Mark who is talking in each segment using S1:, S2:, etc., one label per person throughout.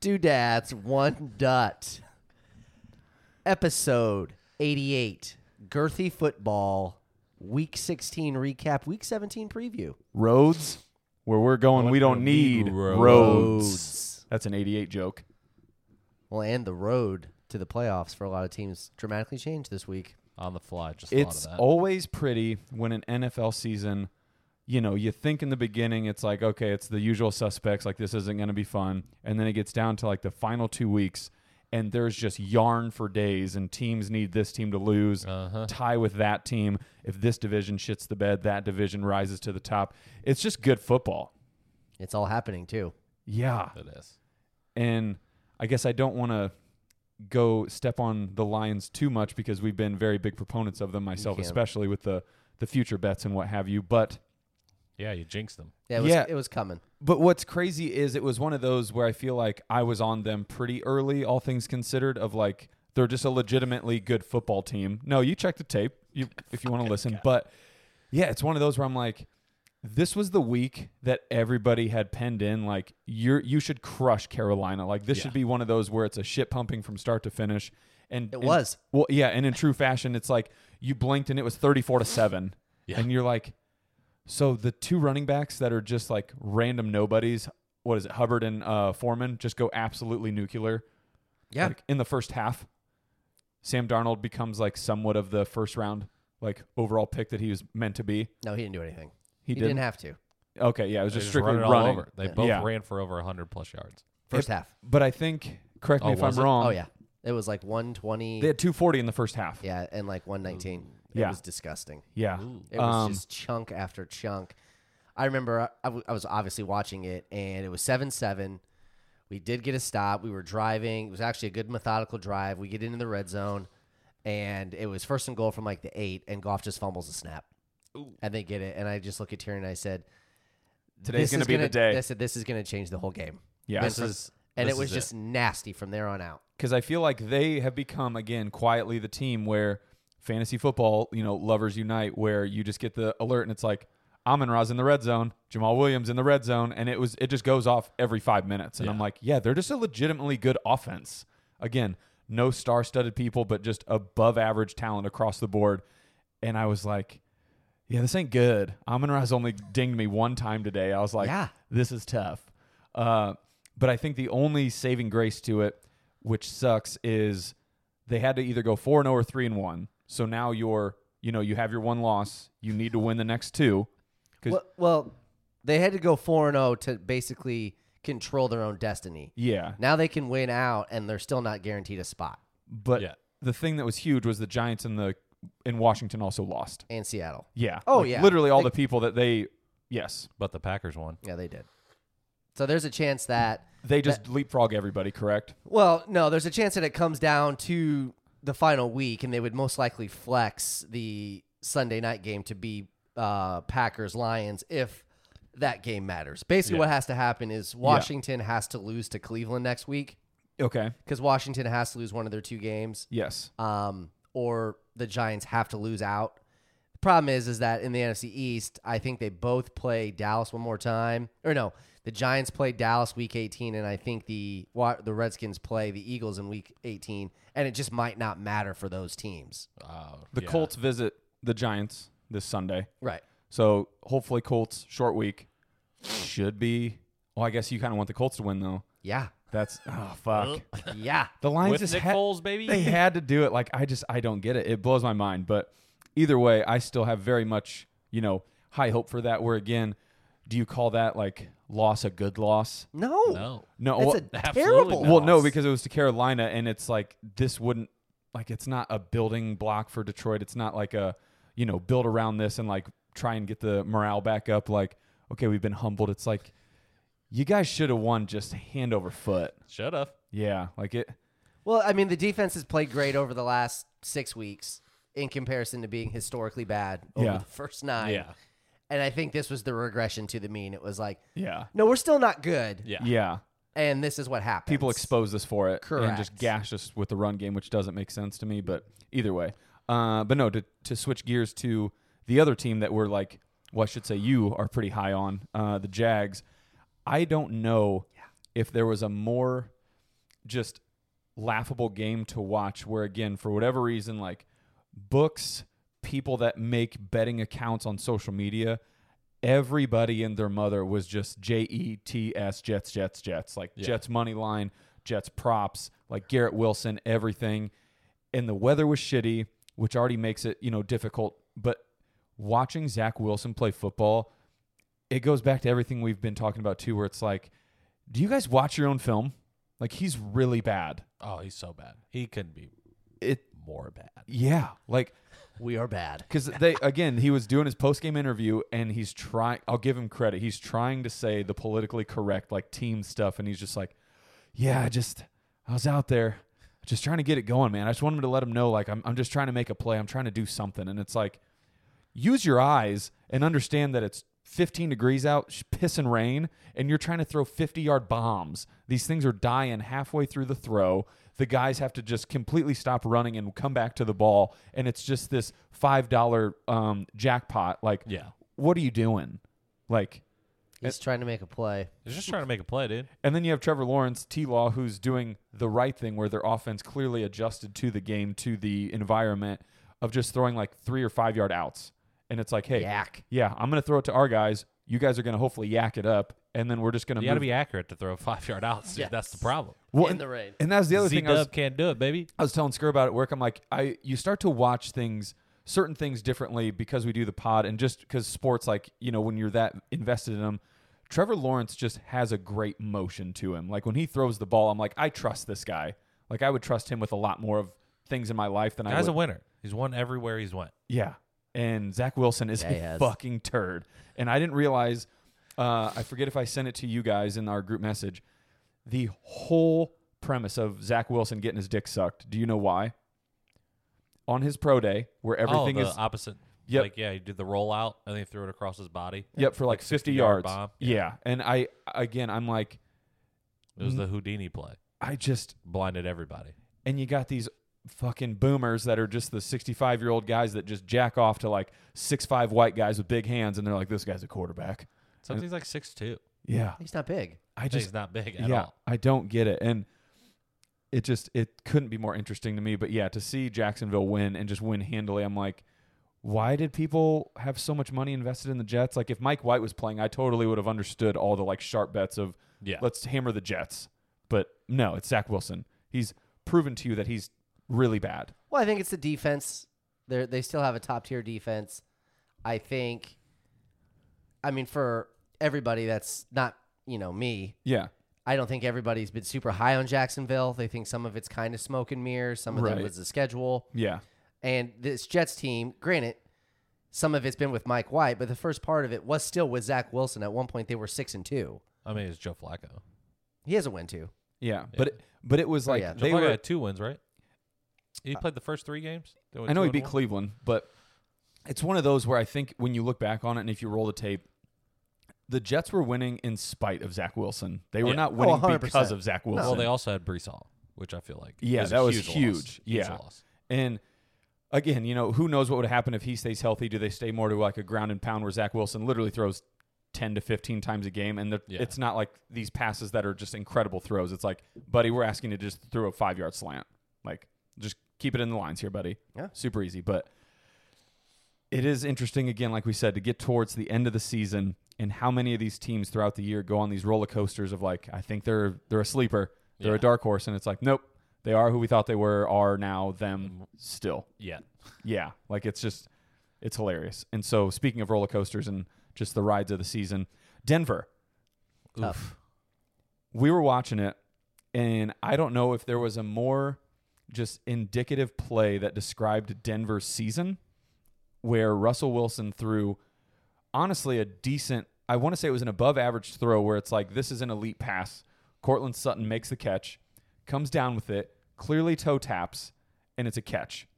S1: Two Dads, One Dut. Episode 88 Girthy Football, Week 16 recap, Week 17 preview.
S2: Roads where we're going, we don't need roads.
S3: roads.
S2: That's an 88 joke.
S1: Well, and the road to the playoffs for a lot of teams dramatically changed this week.
S3: on the fly. Just
S2: It's
S3: thought of that.
S2: always pretty when an NFL season, you know, you think in the beginning it's like, okay, it's the usual suspects, like this isn't going to be fun. And then it gets down to like the final two weeks and there's just yarn for days and teams need this team to lose, tie with that team. If this division shits the bed, that division rises to the top. It's just good football.
S1: It's all happening too.
S2: Yeah.
S3: it is.
S2: and I guess I don't want to go step on the Lions too much because we've been very big proponents of them myself,
S1: can't.
S2: especially with the the future bets and what have you. But
S3: Yeah, you jinxed them.
S1: Yeah, it was,
S2: Yeah.
S1: It was coming.
S2: but what's crazy is it was one of those where I feel like I was on them pretty early, all things considered, of like they're just a legitimately good football team. No, you check the tape you, if you want to listen. But yeah, it's one of those where I'm like, this was the week that everybody had penned in like you you should crush Carolina. Like this should be one of those where it's a shit pumping from start to finish. And
S1: It
S2: and-
S1: was.
S2: well, yeah, and in true fashion, it's like you blinked and it was thirty four to seven,
S3: Yeah.
S2: and you're like. So the two running backs that are just like random nobodies, what is it, Hubbard and uh, Foreman, just go absolutely nuclear.
S1: Yeah.
S2: Like in the first half, Sam Darnold becomes like somewhat of the first round like overall pick that he was meant to be.
S1: No, he didn't do anything.
S2: He,
S1: didn't, have to.
S2: Okay, yeah, it was
S3: They
S2: just
S3: just
S2: strictly
S3: run it all
S2: running.
S3: over. They
S1: Yeah.
S3: both
S2: Yeah.
S3: ran for over 100 plus yards.
S1: First half.
S2: But I think, correct me
S3: Oh,
S2: if I'm
S3: was it?
S2: wrong.
S1: Oh, yeah. It was like 120.
S2: they had 240 in the first half.
S1: yeah, and like 119. It
S2: Yeah.
S1: was disgusting.
S2: yeah.
S1: It was
S2: Um,
S1: just chunk after chunk. I remember uh, I, I w- I was obviously watching it, and it was 7 7. We did get a stop. We were driving. It was actually a good methodical drive. We get into the red zone, and it was first and goal from like the eight, and Goff just fumbles a snap. And they get it. And I just look at Tierney and I said,
S2: Today's
S1: "This
S2: gonna
S1: is
S2: be the day."
S1: I said, This is going to change the whole game.
S2: Yeah.
S1: This
S2: This
S1: is, and
S3: this
S1: it was
S3: is it.
S1: just nasty from there on out.
S2: because I feel like they have become again quietly the team where fantasy football, you know, lovers unite, where you just get the alert and it's like Amon Ra's in the red zone, Jamal Williams in the red zone, and it was it just goes off every five minutes, and I'm
S3: Yeah.
S2: like, yeah, they're just a legitimately good offense. Again, no star-studded people, but just above average talent across the board, and I was like. Yeah, this ain't good. Amon Ra's only dinged me one time today. I was like,
S1: Yeah.
S2: this is tough. Uh, but I think the only saving grace to it, which sucks, is they had to either go four and zero or three and one. So now you're, you know, you have your one loss. You need to win the next two. 'Cause-
S1: Well, well, they had to go 4 0 to basically control their own destiny.
S2: yeah,
S1: Now they can win out, and they're still not guaranteed a spot.
S2: but
S3: Yeah.
S2: the thing that was huge was the Giants and the in Washington also lost.
S1: And Seattle,
S2: Yeah.
S1: Oh,
S2: Like,
S1: yeah.
S2: Literally all the people that they, yes,
S3: But the Packers won.
S1: yeah, they did. So there's a chance that,
S2: they just leapfrog everybody. Correct.
S1: well, no, there's a chance that it comes down to the final week, and they would most likely flex the Sunday night game to be uh, Packers Lions if that game matters. Basically, what has to happen is Washington has to lose to Cleveland next week
S2: Okay.
S1: because Washington has to lose one of their two games.
S2: Yes.
S1: um, or the Giants have to lose out. The problem is, is that in the NFC East, I think they both play Dallas one more time, or no, the Giants play Dallas Week 18, and I think the Wa- the Redskins play the Eagles in Week 18, and it just might not matter for those teams.
S3: Oh,
S2: The
S3: yeah.
S2: Colts visit the Giants this Sunday.
S1: Right.
S2: So hopefully Colts short week should be. Well, I guess you kind of want the Colts to win though.
S1: Yeah.
S2: That's oh fuck.
S1: Yeah.
S2: The Lions
S3: With
S2: just
S3: Nick
S2: had-
S3: Foles, baby?
S2: They had to do it. Like I just I don't get it. It blows my mind. But either way, I still have very much you know high hope for that. Where again, do you call that like loss a good loss?
S1: No.
S3: No.
S2: No,
S1: That's
S2: well,
S1: a
S3: absolutely
S1: terrible.
S3: not.
S2: well, no,
S1: loss.
S2: because it was to Carolina, and it's like this wouldn't like it's not a building block for Detroit. It's not like a you know build around this and like try and get the morale back up. Like okay, we've been humbled. It's like you guys should have won just hand over foot.
S3: Shut up.
S2: Yeah, like it.
S1: Well, I mean, the defense has played great over the last six weeks in comparison to being historically bad over
S2: Yeah.
S1: the first nine.
S3: Yeah.
S1: And I think this was the regression to the mean. It was like,
S2: Yeah,
S1: no, we're still not good.
S3: Yeah.
S2: yeah.
S1: And this is what happens.
S2: People expose us for it and just
S1: Correct.
S2: gash us with the run game, which doesn't make sense to me. But either way, uh, but no, to to switch gears to the other team that we're like, well, I should say you are pretty high on uh, the Jags. I don't know if there was a more just laughable game to watch where again for whatever reason like books people that make betting accounts on social media everybody and their mother was just j-e-t-s jets jets jets like
S3: Yeah.
S2: jets money line jets props like garrett wilson everything and the weather was shitty which already makes it you know difficult but watching zach wilson play football it goes back to everything we've been talking about too where it's like do you guys watch your own film like he's really bad
S3: Oh, he's so bad. He couldn't be
S2: it
S3: more bad.
S2: yeah like
S1: We are bad.
S2: because they again he was doing his post-game interview and he's trying i'll give him credit he's trying to say the politically correct like team stuff and he's just like yeah i just i was out there just trying to get it going man i just wanted to let him know like I'm, I'm just trying to make a play i'm trying to do something and it's like use your eyes and understand that it's 15 degrees out sh- piss and rain and you're trying to throw 50 yard bombs these things are dying halfway through the throw the guys have to just completely stop running and come back to the ball and it's just this five dollar um, jackpot like
S3: Yeah.
S2: what are you doing like
S1: He's trying to make a play.
S3: He's just trying to make a play, dude.
S2: and then you have Trevor Lawrence, T Law, who's doing the right thing where their offense clearly adjusted to the game, to the environment of just throwing like three or five yard outs. And it's like, hey,
S1: Yak.
S2: yeah, I'm going to throw it to our guys. You guys are going to hopefully yak it up. And then we're just going
S3: You got
S2: to
S3: to be accurate to throw five yard outs, dude. That's the problem.
S2: well,
S1: in
S2: and-
S1: the rain.
S2: And that's the other
S3: Z
S2: thing I was,
S3: Dub can't do it, baby.
S2: I was telling Skir about it at work. I'm like, I you start to watch things, certain things differently because we do the pod and just because sports, like you know, when you're that invested in them. Trevor Lawrence just has a great motion to him. Like when he throws the ball, I'm like, I trust this guy. Like I would trust him with a lot more of things in my life than I
S3: Guy's
S2: would.
S3: a winner. He's won everywhere he's went.
S2: Yeah. And Zach Wilson is
S1: Yeah, he
S2: a
S1: has.
S2: fucking turd. And I didn't realize, uh, I forget if I sent it to you guys in our group message, the whole premise of Zach Wilson getting his dick sucked. Do you know why? On his pro day, where everything
S3: oh, the
S2: is.
S3: opposite.
S2: Yep.
S3: Like, yeah, he did the rollout and then he threw it across his body.
S2: Yep, for like, 50
S3: 60-yard
S2: yards.
S3: bomb.
S2: Yeah. And I, again, I'm like,
S3: It was
S2: Mm-hmm.
S3: the Houdini play.
S2: I just,
S3: Blinded everybody.
S2: and you got these fucking boomers that are just the 65 year old guys that just jack off to like six five white guys with big hands. And they're like, this guy's a quarterback.
S3: Something's like six two.
S2: Yeah.
S1: He's not big.
S2: I just,
S3: He's not big at all.
S2: I don't get it. And it just it couldn't be more interesting to me. But yeah, to see Jacksonville win and just win handily, I'm like, why did people have so much money invested in the Jets? Like if Mike White was playing, I totally would have understood all the like sharp bets of
S3: Yeah.
S2: let's hammer the Jets. But no, it's Zach Wilson. He's proven to you that he's really bad.
S1: Well, I think it's the defense. They they still have a top tier defense. I think. I mean, for everybody that's not you know me,
S2: Yeah.
S1: I don't think everybody's been super high on Jacksonville. They think some of it's kind of smoke and mirrors. Some of
S2: Right.
S1: it was the schedule.
S2: Yeah.
S1: And this Jets team, granted, some of it's been with Mike White, but the first part of it was still with Zach Wilson. At one point, they were six and two.
S3: I mean, it's Joe Flacco.
S1: He has a win too.
S2: Yeah. But it, but it was
S1: Oh,
S2: like
S1: yeah.
S3: Joe
S2: they
S3: Flacco
S2: were Uh,
S3: had two wins, right? He played the first three games. They went
S2: I know
S3: two
S2: he
S3: and
S2: beat
S3: one.
S2: Cleveland, but it's one of those where I think when you look back on it and if you roll the tape, the Jets were winning in spite of Zach Wilson. They were
S3: Yeah.
S2: not
S1: Oh,
S2: winning
S1: 100%.
S2: because of Zach Wilson.
S3: Well, they also had Brees Hall, which I feel like
S2: Yeah,
S3: is a
S2: that was
S3: huge.
S2: huge.
S3: Loss.
S2: Yeah.
S3: Huge loss.
S2: and again, you know, who knows what would happen if he stays healthy? Do they stay more to like a ground and pound where Zach Wilson literally throws 10 to 15 times a game? And the-
S3: Yeah.
S2: it's not like these passes that are just incredible throws. It's like, buddy, we're asking you to just throw a five yard slant. Like, just keep it in the lines here, buddy.
S1: Yeah.
S2: Super easy. But it is interesting, again, like we said, to get towards the end of the season and how many of these teams throughout the year go on these roller coasters of like, I think they're they're a sleeper, they're a
S3: Yeah.
S2: dark horse, and it's like, nope, they are who we thought they were, are now them still.
S3: Yeah.
S2: Yeah, like it's just it's hilarious. And so speaking of roller coasters and just the rides of the season, Denver,
S1: Tough.
S2: we were watching it and I don't know if there was a more just indicative play that described Denver's season where Russell Wilson threw honestly a decent I want to say it was an above average throw where it's like this is an elite pass. Cortland Sutton makes the catch, comes down with it, clearly toe taps, and it's a catch.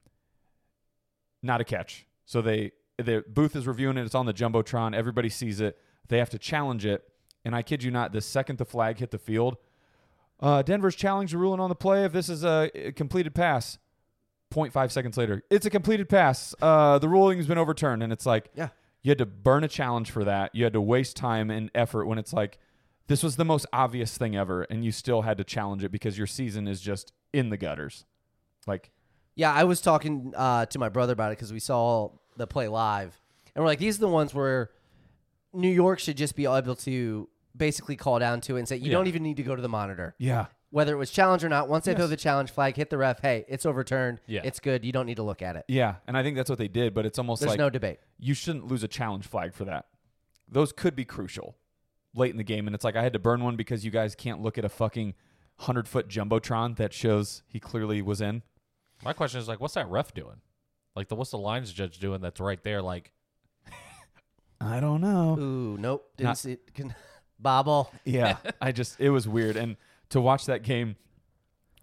S2: Not a catch. So they the booth is reviewing it, it's on the Jumbotron, everybody sees it, they have to challenge it, and I kid you not, the second the flag hit the field, uh, Denver's challenged the ruling on the play if this is a a completed pass. 0.5 seconds later, it's a completed pass. Uh, the ruling has been overturned, and it's like,
S1: Yeah.
S2: you had to burn a challenge for that. You had to waste time and effort when it's like This was the most obvious thing ever, and you still had to challenge it because your season is just in the gutters. Like,
S1: Yeah, I was talking uh, to my brother about it because we saw the play live, and we're like, these are the ones where New York should just be able to basically call down to it and say, you don't even need to go to the monitor,
S2: yeah,
S1: whether it was challenge or not. Once they throw the challenge flag, hit the ref. Hey, it's overturned.
S3: Yeah.
S1: it's good. You don't need to look at it.
S2: yeah, and I think that's what they did. But it's almost
S1: There's
S2: like
S1: no debate.
S2: you shouldn't lose a challenge flag for that. Those could be crucial late in the game. And it's like, I had to burn one because you guys can't look at a fucking 100 foot Jumbotron that shows he clearly was in.
S3: My question is like, what's that ref doing? Like, the what's the lines judge doing? That's right there. Like,
S2: I don't know.
S1: Ooh, nope, didn't
S2: Not-
S1: see it. Can, bobble.
S2: Yeah. I just, it was weird. And to watch that game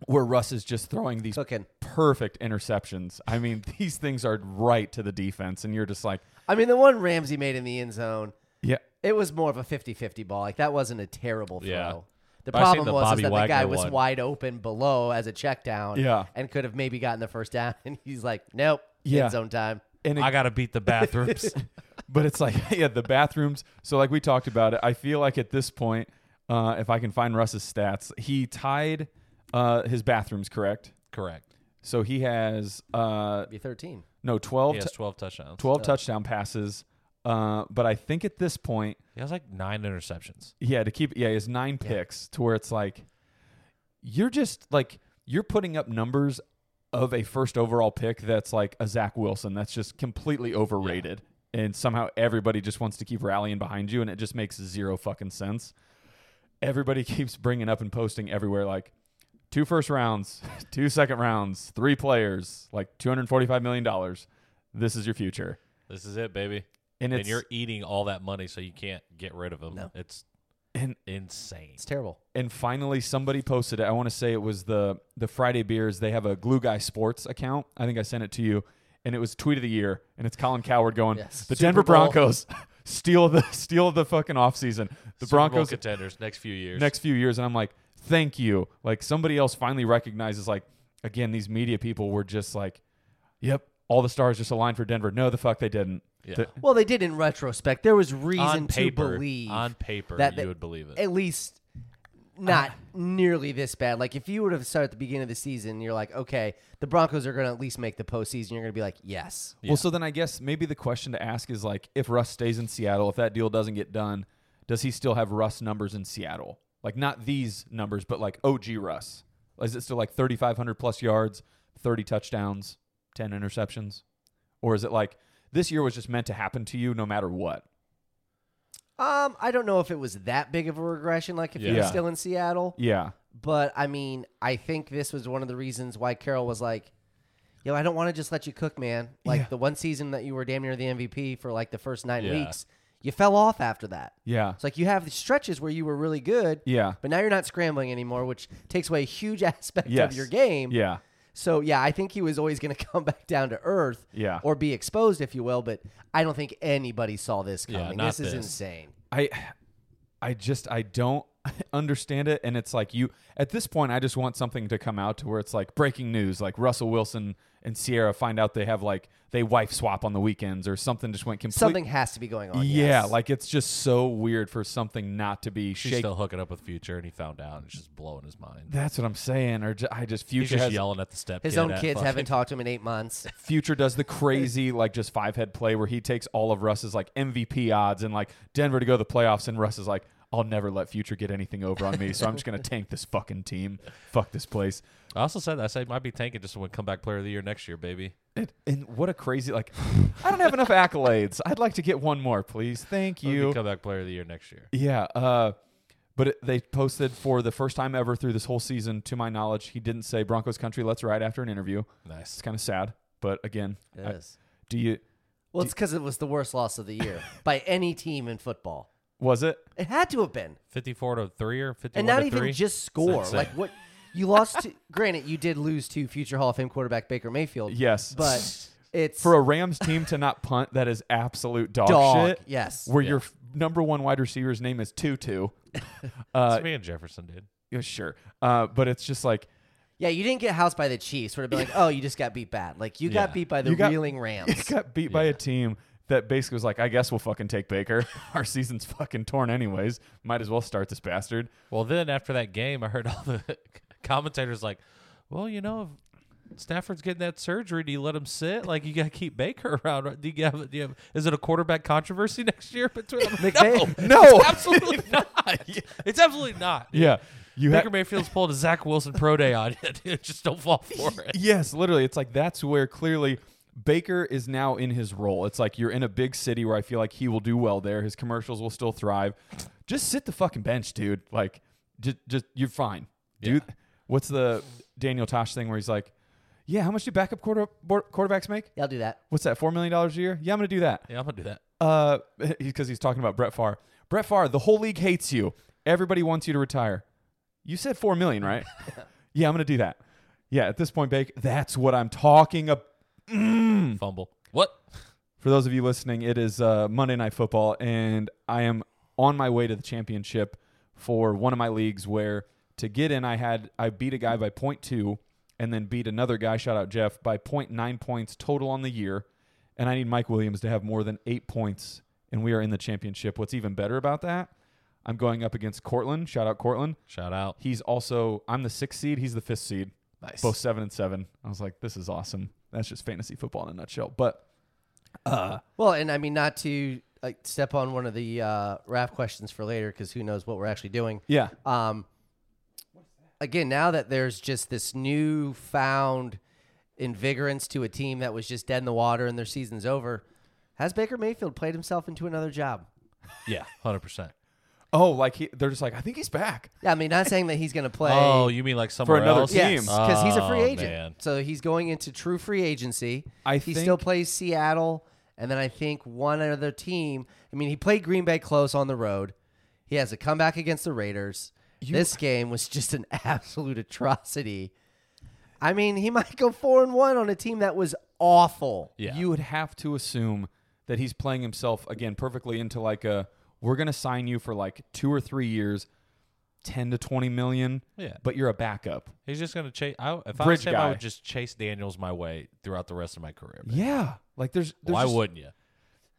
S2: where Russ is just throwing these
S1: Cooking.
S2: perfect interceptions, I mean, these things are right to the defense. And you're just like,
S1: I mean, the one Ramsey made in the end zone,
S2: yeah.
S1: it was more of a 50-50 ball. Like that wasn't a terrible throw.
S3: Yeah.
S1: The
S3: But I seen
S1: problem
S3: the
S1: was is
S3: Bobby
S1: that the guy
S3: Wagner
S1: was
S3: one.
S1: wide open below as a check down
S2: Yeah.
S1: and could have maybe gotten the first down. And he's like, nope,
S2: Yeah.
S1: end zone time.
S2: And it
S3: I got to beat the bathrooms.
S2: but it's like yeah the bathrooms so like we talked about it i feel like at this point uh, if i can find russ's stats he tied uh, his bathrooms correct
S3: Correct.
S2: so he has uh,
S1: Be 13.
S2: no 12
S3: He has
S2: tou-
S3: 12 touchdowns.
S2: 12 touchdown passes uh, but i think at this point
S3: He has like nine interceptions.
S2: yeah to keep yeah he has nine picks to where it's like you're just like you're putting up numbers of a first overall pick that's like a Zach Wilson that's just completely overrated and somehow everybody just wants to keep rallying behind you and it just makes zero fucking sense everybody keeps bringing up and posting everywhere like two first rounds two second rounds three players like 245 million dollars this is your future
S3: This is it, baby.
S2: and
S3: And,
S2: it's
S3: you're eating all that money, so you can't get rid of him.
S1: No.
S3: It's
S2: And-
S3: insane.
S1: It's terrible.
S2: and finally somebody posted it. I want to say it was the the Friday beers. They have a Glue Guy Sports account. I think I sent it to you, and it was tweet of the year, and it's Colin Coward going
S1: Yes. Super
S2: the Denver
S1: Bowl."
S2: Broncos steal the steal the fucking offseason. The
S3: Super Bowl
S2: Broncos
S3: contenders next few years.
S2: next few years, and I'm like, thank you. Like somebody else finally recognizes like again these media people were just like, yep, all the stars just aligned for Denver. No, the fuck they didn't.
S3: Yeah.
S2: The-
S1: Well, they did in retrospect. There was reason
S3: on paper,
S1: to believe
S3: on paper,
S1: that
S3: you
S1: they-
S3: would believe it.
S1: at least not nearly this bad. Like if you would have started at the beginning of the season, you're like, okay, the Broncos are going to at least make the postseason. You're going to be like, yes.
S2: Well, so then I guess maybe the question to ask is like, if Russ stays in Seattle, if that deal doesn't get done, does he still have Russ numbers in Seattle? Like not these numbers, but like OG Russ. Is it still like 3,500 plus yards, 30 touchdowns, 10 interceptions? Or is it like this year was just meant to happen to you no matter what?
S1: Um, I don't know if it was that big of a regression. Like if he was
S2: Yeah.
S1: still in Seattle,
S2: Yeah.
S1: but I mean, I think this was one of the reasons why Carroll was like, "Yo, I don't want to just let you cook, man. Like
S2: Yeah.
S1: the one season that you were damn near the MVP for like the first nine
S3: Yeah.
S1: weeks, you fell off after that.
S2: Yeah.
S1: It's like you have the stretches where you were really good,
S2: Yeah.
S1: but now you're not scrambling anymore, which takes away a huge aspect
S2: Yes.
S1: of your game.
S2: Yeah.
S1: So yeah, I think he was always going to come back down to earth,
S2: Yeah.
S1: or be exposed, if you will. But I don't think anybody saw this
S3: Yeah,
S1: coming.
S3: not
S1: this is
S3: this.
S1: insane.
S2: I I just I don't understand it and it's like you at this point I just want something to come out to where it's like breaking news like Russell Wilson and Sierra find out they have like they wife swap on the weekends or something just went completely
S1: Something has to be going on.
S2: yeah
S1: yes.
S2: like it's just so weird for something not to be
S3: She's
S2: shaken
S3: still hooking up with Future, and he found out, and it's just blowing his mind.
S2: that's what I'm saying or ju- I just
S3: He's
S2: future
S3: just
S2: has,
S3: yelling at the step.
S1: His
S3: kid
S1: own
S3: at
S1: kids
S3: fucking-
S1: haven't talked to him in eight months.
S2: future does the crazy like just five head play where he takes all of Russ's like MVP odds and like Denver to go to the playoffs and Russ is like I'll never let future get anything over on me so I'm just going to tank this fucking team fuck this place
S3: I also said I said might be tanking just to win comeback player of the year next year, baby.
S2: It, and what a crazy like I don't have enough accolades. I'd like to get one more, please. Thank
S3: He'll be
S2: you.
S3: comeback player of the year next year.
S2: Yeah, uh but it, they posted for the first time ever through this whole season to my knowledge, he didn't say Broncos country let's ride after an interview. It's
S3: Nice.
S2: kind of sad, but again, I-
S1: It is.
S2: do you
S1: Well, it's because it was the worst loss of the year by any team in football.
S2: was it?
S1: It had to have been,
S3: Fifty-four to three or fifty-one
S1: and not
S3: to
S1: even
S3: three.
S1: just score.
S3: insane.
S1: Like what you lost. to Granted, you did lose to future Hall of Fame quarterback Baker Mayfield.
S2: Yes.
S1: but it's
S2: for a Rams team to not punt that is absolute dog,
S1: dog.
S2: shit.
S1: Yes,
S2: Where your f- number one wide receiver's name is Tutu.
S3: It's me and Jefferson did.
S2: Yeah, sure. Uh, but it's just like
S1: yeah. You didn't get housed by the Chiefs. Would have been like, oh, you just got beat bad. Like you got
S3: Yeah.
S1: beat by the
S2: You got-
S1: reeling Rams.
S2: got beat by a team that basically was like, I guess we'll fucking take Baker. Our season's fucking torn anyways. Might as well start this bastard.
S3: Well, then after that game, I heard all the commentators like, "Well, you know, if Stafford's getting that surgery, do you let him sit? Like, you got to keep Baker around. Right? Do you have? Do you have? Is it a quarterback controversy next year between? them? no,
S2: No.
S3: it's absolutely not. It's absolutely not.
S2: Yeah. You
S3: Baker
S2: have
S3: Mayfield's pulled a Zach Wilson pro day on you. dude. Just don't fall for it.
S2: Yes, literally. It's like that's where clearly Baker is now in his role. It's like you're in a big city where I feel like he will do well there. His commercials will still thrive. Just sit the fucking bench, dude. Like just just you're fine. Dude, what's the Daniel Tosh thing where he's like, "Yeah, how much do backup quarter, board, quarterbacks make?
S1: Yeah, I'll do that.
S2: What's that? 4 million dollars a year? Yeah, I'm going to do that."
S3: Yeah, I'm gonna do that.
S2: Uh, because he's talking about Brett Favre. Brett Favre, the whole league hates you. Everybody wants you to retire. You said four million, right? yeah, I'm gonna do that. Yeah, at this point, Bake, that's what I'm talking about.
S3: Fumble. What?
S2: For those of you listening, it is uh, Monday Night Football, and I am on my way to the championship for one of my leagues. Where to get in, I had I beat a guy by point two, and then beat another guy. Shout out Jeff by point nine points total on the year, and I need Mike Williams to have more than eight points, and we are in the championship. What's even better about that? I'm going up against Cortland. Shout out Cortland.
S3: Shout out.
S2: He's also I'm the sixth seed. He's the fifth seed.
S3: Nice.
S2: Both seven and seven. I was like, this is awesome. That's just fantasy football in a nutshell. But
S1: Well, and I mean not to like step on one of the uh, rap questions for later because who knows what we're actually doing.
S2: yeah,
S1: Um, again, now that there's just this newfound invigorance to a team that was just dead in the water and their season's over, has Baker Mayfield played himself into another job?
S3: Yeah, hundred percent.
S2: Oh, like he, they're just like, I think he's back.
S1: Yeah, I mean, not saying that he's going to play.
S3: Oh, you mean like somewhere
S2: another
S3: else?
S2: team.
S1: Yes, because he's a free
S3: Oh,
S1: agent,
S3: man.
S1: so he's going into true free agency.
S2: I
S1: he still
S2: think-
S1: plays Seattle, and then I think one other team. I mean, he played Green Bay close on the road. He has a comeback against the Raiders. this game was just an absolute atrocity. I mean, he might go four and one on a team that was awful.
S3: Yeah.
S2: You would have to assume that he's playing himself again perfectly into like a we're gonna sign you for like two or three years, ten to twenty million.
S3: Yeah.
S2: But you're a backup.
S3: He's just gonna chase. I, if I
S2: Bridge
S3: was him, I
S2: guy.
S3: would just chase Daniels my way throughout the rest of my career. man.
S2: Yeah. Like there's, there's
S3: Why
S2: just-
S3: wouldn't you?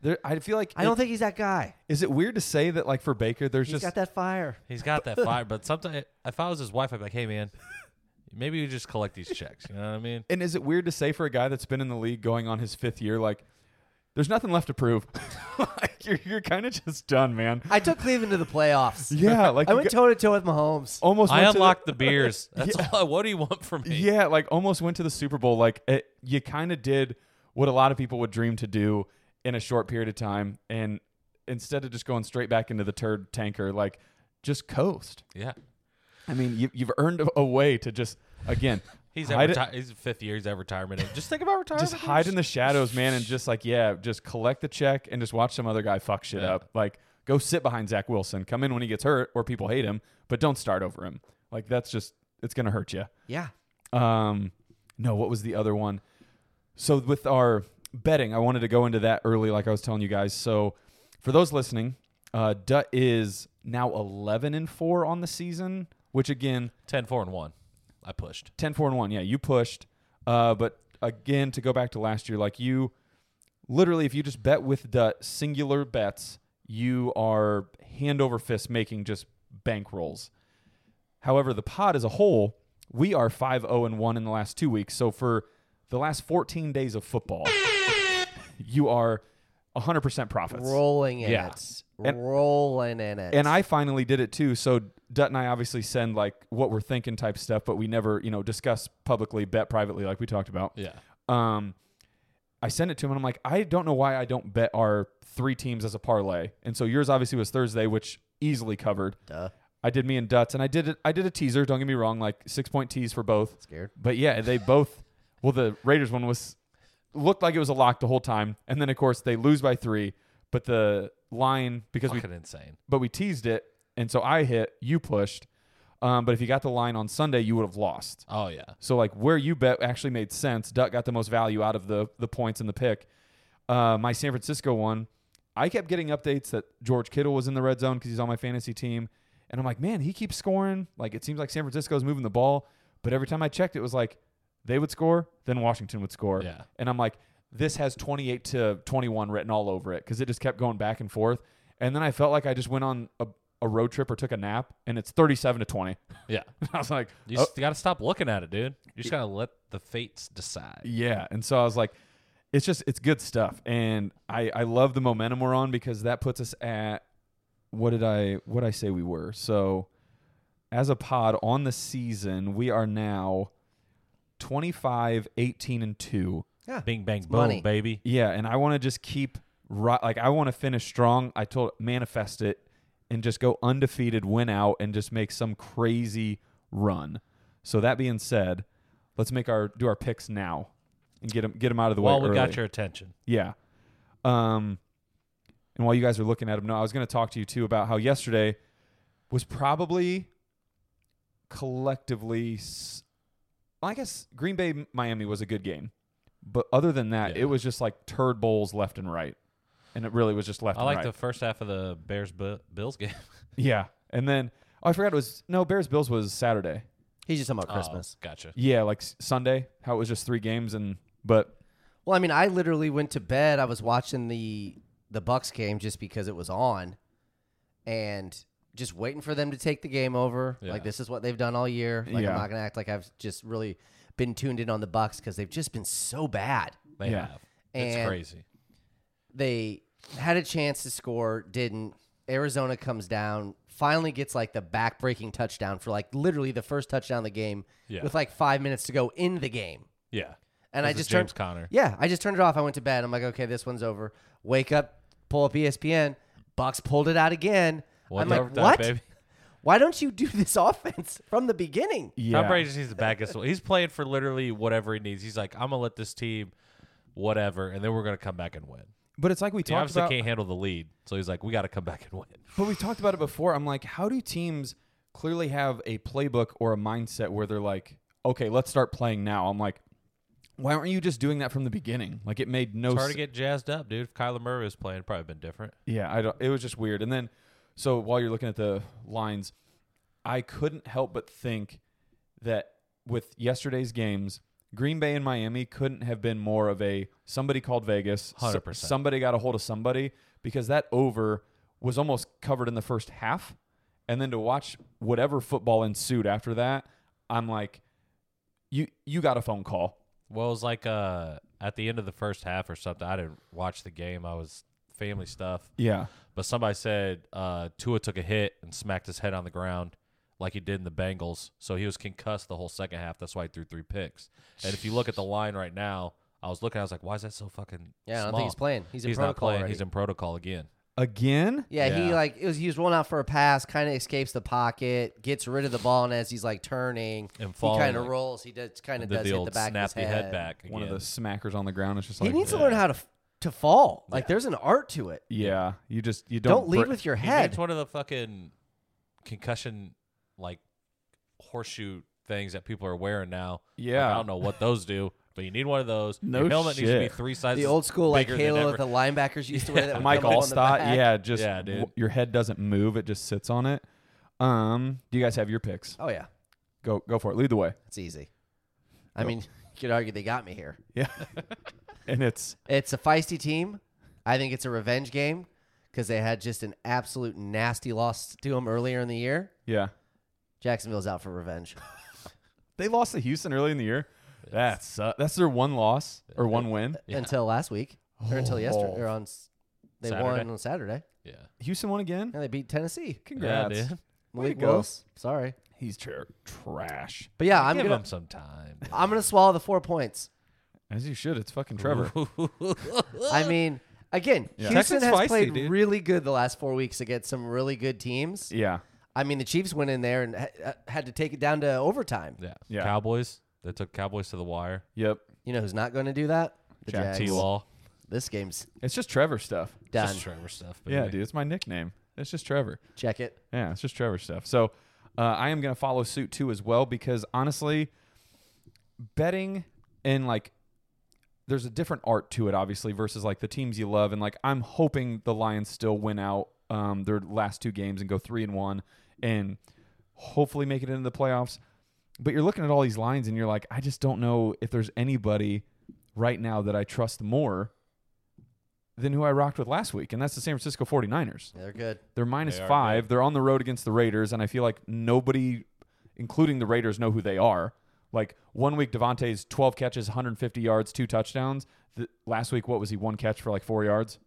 S2: there, I feel like
S1: I don't think he's that guy.
S2: is it weird to say that like for Baker there's
S1: He's
S2: just
S1: got that fire.
S3: He's got that fire, but sometimes if I was his wife, I'd be like, "Hey, man, maybe we just collect these checks." You know what I mean?
S2: and is it weird to say for a guy that's been in the league going on his fifth year like there's nothing left to prove. like you're you're kind of just done, man.
S1: I took Cleveland to the playoffs.
S2: Yeah, like
S1: I
S2: you Oh.
S1: went
S2: got-
S1: toe to toe with Mahomes.
S2: almost
S3: I
S2: went to the-
S3: unlocked the, beers. That's all. I, what do you want from me?
S2: Yeah, like almost went to the Super Bowl. Like it, you kind of did what a lot of people would dream to do in a short period of time, and instead of just going straight back into the turd tanker, like just coast.
S3: Yeah.
S2: I mean, you, you've earned a- a way to just again.
S3: He's at
S2: hide it-
S3: reti- he's fifth year. He's at retirement. age. Just think about retirement.
S2: just hide in the shadows, man, and just like yeah, just collect the check and just watch some other guy fuck shit
S3: Yeah.
S2: up. Like go sit behind Zach Wilson, come in when he gets hurt or people hate him, but don't start over him. Like that's just it's gonna hurt you.
S1: Yeah.
S2: Um, no, what was the other one? So with our betting, I wanted to go into that early, like I was telling you guys. So for those listening, uh, Dutt is now eleven and four on the season, which again,
S3: 10, 4, and one. I pushed.
S2: 10 4 and 1 yeah you pushed uh, but again to go back to last year like you literally if you just bet with Dutt singular bets you are hand over fist making just bankrolls however the pod as a whole we are 5 0 and 1 in the last two weeks so for the last 14 days of football you are 100% profits
S1: rolling in
S2: Yeah.
S1: it,
S2: And-
S1: rolling in it.
S2: and I finally did it too. So Dutt and I obviously send like what we're thinking type stuff, but we never, you know, discuss publicly, bet privately, like we talked about.
S3: Yeah.
S2: Um, I sent it to him, and I'm like, I don't know why I don't bet our three teams as a parlay. And so yours obviously was Thursday, which easily covered.
S1: Duh.
S2: I did me and Dutt's, and I did it. I did a teaser. Don't get me wrong, like six point tease for both.
S1: Scared.
S2: But yeah, they both. Well, the Raiders one was looked like it was a lock the whole time, and then of course they lose by three. But the line because we
S3: Fucking insane.
S2: but we teased it, and so I hit, you pushed. Um, but if you got the line on Sunday, you would have lost.
S3: Oh yeah.
S2: So like where you bet actually made sense. Duck got the most value out of the the points in the pick. Uh, my San Francisco one, I kept getting updates that George Kittle was in the red zone because he's on my fantasy team, and I'm like, man, he keeps scoring. Like it seems like San Francisco's moving the ball, but every time I checked, it was like they would score, then Washington would score,
S3: Yeah.
S2: and I'm like, this has 28 to 21 written all over it because it just kept going back and forth. And then I felt like I just went on a, a road trip or took a nap, and it's 37 to 20.
S3: Yeah.
S2: I was like,
S3: You
S2: "Oh,
S3: just got to stop looking at it, dude. You just got to let the fates decide.
S2: yeah. And so I was like, it's just it's good stuff, and I I love the momentum we're on because that puts us at what did I what did I say we were so as a pod on the season we are now 25 18 and 2
S3: Bing, bang, boom,
S1: money.
S3: baby.
S2: Yeah, and I want to just keep ri Like I want to finish strong. I told manifest it and just go undefeated, win out, and just make some crazy run. So that being said, let's make our do our picks now and get them get them out of the
S3: Well,
S2: way.
S3: we
S2: early.
S3: got your attention.
S2: Yeah. Um, and while you guys are looking at him, no, I was going to talk to you too about how yesterday was probably collectively, s- well, I guess Green Bay Miami was a good game, but other than that,
S3: Yeah.
S2: it was just like turd bowls left and right, and it really was just left.
S3: I like
S2: and
S3: the
S2: right.
S3: first half of the Bears Bu- Bills game.
S2: yeah, and then oh, I forgot it was no Bears Bills was Saturday.
S1: He's just talking about Christmas.
S3: Oh, gotcha.
S2: Yeah, like s- Sunday, how it was just three games, and but
S1: Well, I mean, I literally went to bed. I was watching the the Bucks game just because it was on, and just waiting for them to take the game over.
S3: Yeah.
S1: Like this is what they've done all year. Like
S2: Yeah.
S1: I'm not gonna act like I've just really been tuned in on the Bucks because they've just been so bad.
S3: They
S2: Yeah.
S3: have. It's
S1: And-
S3: crazy.
S1: They had a chance to score, didn't. Arizona comes down, finally gets like the back-breaking touchdown for like literally the first touchdown of the game
S3: Yeah.
S1: with like five minutes to go in the game.
S3: Yeah.
S1: And I
S3: This is
S1: just
S3: James
S1: turned
S3: Conner.
S1: Yeah, I just turned it off. I went to bed. I'm like, okay, this one's over. Wake up, pull up E ESPN. Bucks pulled it out again. I'm like,
S3: overtime,
S1: what?
S3: baby.
S1: Why don't you do this offense from the beginning?
S2: yeah,
S3: Tom Brady just needs to back us. He's playing for literally whatever he needs. He's like, I'm gonna let this team, whatever, and then we're gonna come back and win.
S2: but it's like we
S3: He
S2: talked
S3: obviously
S2: about.
S3: can't handle the lead, so he's like, we got to come back and win.
S2: But we've talked about it before. I'm like, how do teams clearly have a playbook or a mindset where they're like, okay, let's start playing now? I'm like, why aren't you just doing that from the beginning? Like, it made no
S3: It's hard
S2: sense.
S3: to get jazzed up, dude. If Kyler Murray was playing, it'd probably been different.
S2: yeah, I don't. It was just weird. And then, so while you're looking at the lines, I couldn't help but think that with yesterday's games, Green Bay and Miami couldn't have been more of a somebody called Vegas. so-
S3: 100%.
S2: Somebody got a hold of somebody because that over was almost covered in the first half. And then to watch whatever football ensued after that, I'm like, you you got a phone call.
S3: Well, it was like uh, at the end of the first half or something. I didn't watch the game. I was family stuff.
S2: Yeah.
S3: But somebody said uh, Tua took a hit and smacked his head on the ground like he did in the Bengals. So he was concussed the whole second half. That's why he threw three picks. And if you look at the line right now, I was looking. I was like, why is that so fucking?
S1: Yeah, I don't
S3: small?
S1: think he's playing. He's in
S3: not
S1: protocol
S3: playing.
S1: already.
S3: He's in protocol again.
S2: Again?
S1: Yeah, he
S3: Yeah.
S1: like it was he was rolling out for a pass, kind of escapes the pocket, gets rid of the ball, and as he's like turning,
S3: And
S1: he
S3: falling,
S1: kind of
S3: like-
S1: rolls. He does kind of
S3: Did
S1: does
S3: the
S1: hit
S3: old
S1: the back
S3: snap
S1: of his
S3: the
S1: head.
S3: head back. Again.
S2: One of the smackers on the ground is just
S1: He
S2: like
S1: needs to learn how to f- to fall. Like there's an art to it.
S2: Yeah. You just you
S1: Don't,
S2: don't
S1: lead
S2: br-
S1: with your
S3: He
S1: head.
S3: needs one of the fucking concussion like horseshoe things that people are wearing now. Like,
S2: Yeah.
S3: I don't know what those do, but you need one of those.
S2: No
S3: Your helmet needs to be
S2: shit.
S3: three sizes.
S1: The old school like
S3: bigger than
S1: halo
S3: ever.
S1: that the linebackers used to wear. That would
S2: Mike
S1: come up on the
S2: Allstott.
S1: back.
S2: Yeah, just
S3: Yeah, dude.
S2: w- your head doesn't move; it just sits on it. Um, do you guys have your picks?
S1: Oh yeah.
S2: Go go for it. Lead the way.
S1: It's easy. I mean, you could argue they got me here.
S2: Yeah, and it's
S1: It's a feisty team. I think it's a revenge game because they had just an absolute nasty loss to them earlier in the year.
S2: yeah.
S1: Jacksonville's out for revenge.
S2: They lost to Houston early in the year. That's uh, that's their one loss or one win.
S3: Yeah.
S1: Until last week, or until yesterday,
S2: Oh.
S1: or on s- they won
S3: Saturday.
S1: on Saturday,
S3: Yeah.
S2: Houston won again.
S1: and they beat Tennessee.
S2: Congrats.
S3: Yeah, dude.
S2: Way to
S1: Malik
S2: go.
S1: Willis, sorry,
S2: He's tra- trash.
S1: but yeah, I'm
S3: Give
S1: gonna
S3: him some time.
S1: I'm gonna swallow the four points.
S2: As you should. It's fucking Trevor.
S1: I mean, again,
S2: Yeah.
S1: Houston
S3: Texans
S1: has
S3: feisty,
S1: played
S3: dude.
S1: really good the last four weeks against some really good teams.
S2: yeah,
S1: I mean, the Chiefs went in there and ha- had to take it down to overtime.
S3: Yeah.
S2: Yeah.
S3: Cowboys. They took Cowboys to the wire.
S2: yep.
S1: You know who's not going to do that? The
S2: Jack
S1: Jags.
S3: T Law.
S1: This game's
S2: It's just Trevor stuff.
S1: done.
S3: Just Trevor stuff.
S2: Yeah,
S3: baby.
S2: dude. It's my nickname. It's just Trevor.
S1: Check it.
S2: Yeah, it's just Trevor stuff. So uh, I am going to follow suit too as well because honestly, betting and like there's a different art to it, obviously, versus like the teams you love. And like I'm hoping the Lions still win out um, their last two games and go three and one and hopefully make it into the playoffs. But you're looking at all these lines and you're like, I just don't know if there's anybody right now that I trust more than who I rocked with last week, and that's the San Francisco 49ers.
S1: They're good.
S2: They're minus
S3: They are
S2: five. They're on the road against the Raiders, and I feel like nobody, including the Raiders, know who they are. Like one week, Devontae's 12 catches, 150 yards, two touchdowns. The, last week, what was he? One catch for like four yards,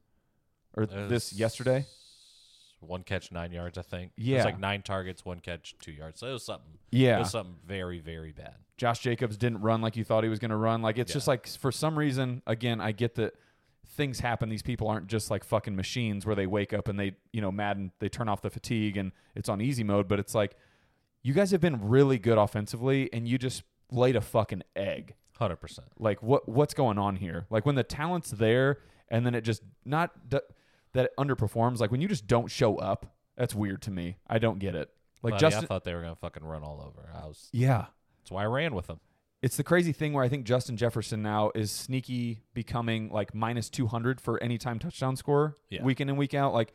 S2: or
S3: It was
S2: this yesterday?
S3: One catch, nine yards, I think. It
S2: Yeah.
S3: was like nine targets, one catch, two yards. So it was something. It
S2: Yeah,
S3: was something very, very bad.
S2: Josh Jacobs didn't run like you thought he was going to run. Like it's
S3: Yeah.
S2: just like for some reason, again, I get that things happen. These people aren't just like fucking machines where they wake up and they, you know, Madden, they turn off the fatigue and it's on easy mode. But it's like you guys have been really good offensively, and you just laid a fucking egg.
S3: Hundred percent.
S2: Like what what's going on here? Like when the talent's there, and then it just not d- that it underperforms. Like when you just don't show up, that's weird to me. I don't get it. Like
S3: Buddy,
S2: Justin,
S3: I thought they were gonna fucking run all over. I was.
S2: yeah.
S3: That's why I ran with them.
S2: it's the crazy thing where I think Justin Jefferson now is sneaky becoming like minus 200 for any time touchdown scorer
S3: Yeah.
S2: week in and week out. Like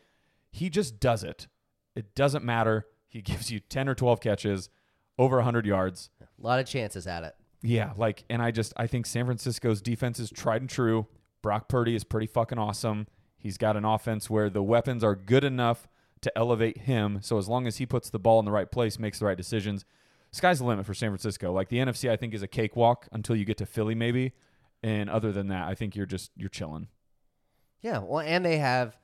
S2: he just does it. It doesn't matter. He gives you 10 or 12 catches, over 100 yards.
S1: A lot of chances at it.
S2: Yeah. Like, and I just, I think San Francisco's defense is tried and true. Brock Purdy is pretty fucking awesome. He's got an offense where the weapons are good enough to elevate him. So as long as he puts the ball in the right place, makes the right decisions, sky's the limit for San Francisco. Like the NFC, I think is a cakewalk until you get to Philly, maybe. And other than that, I think you're just you're chilling.
S1: Yeah. Well, and they have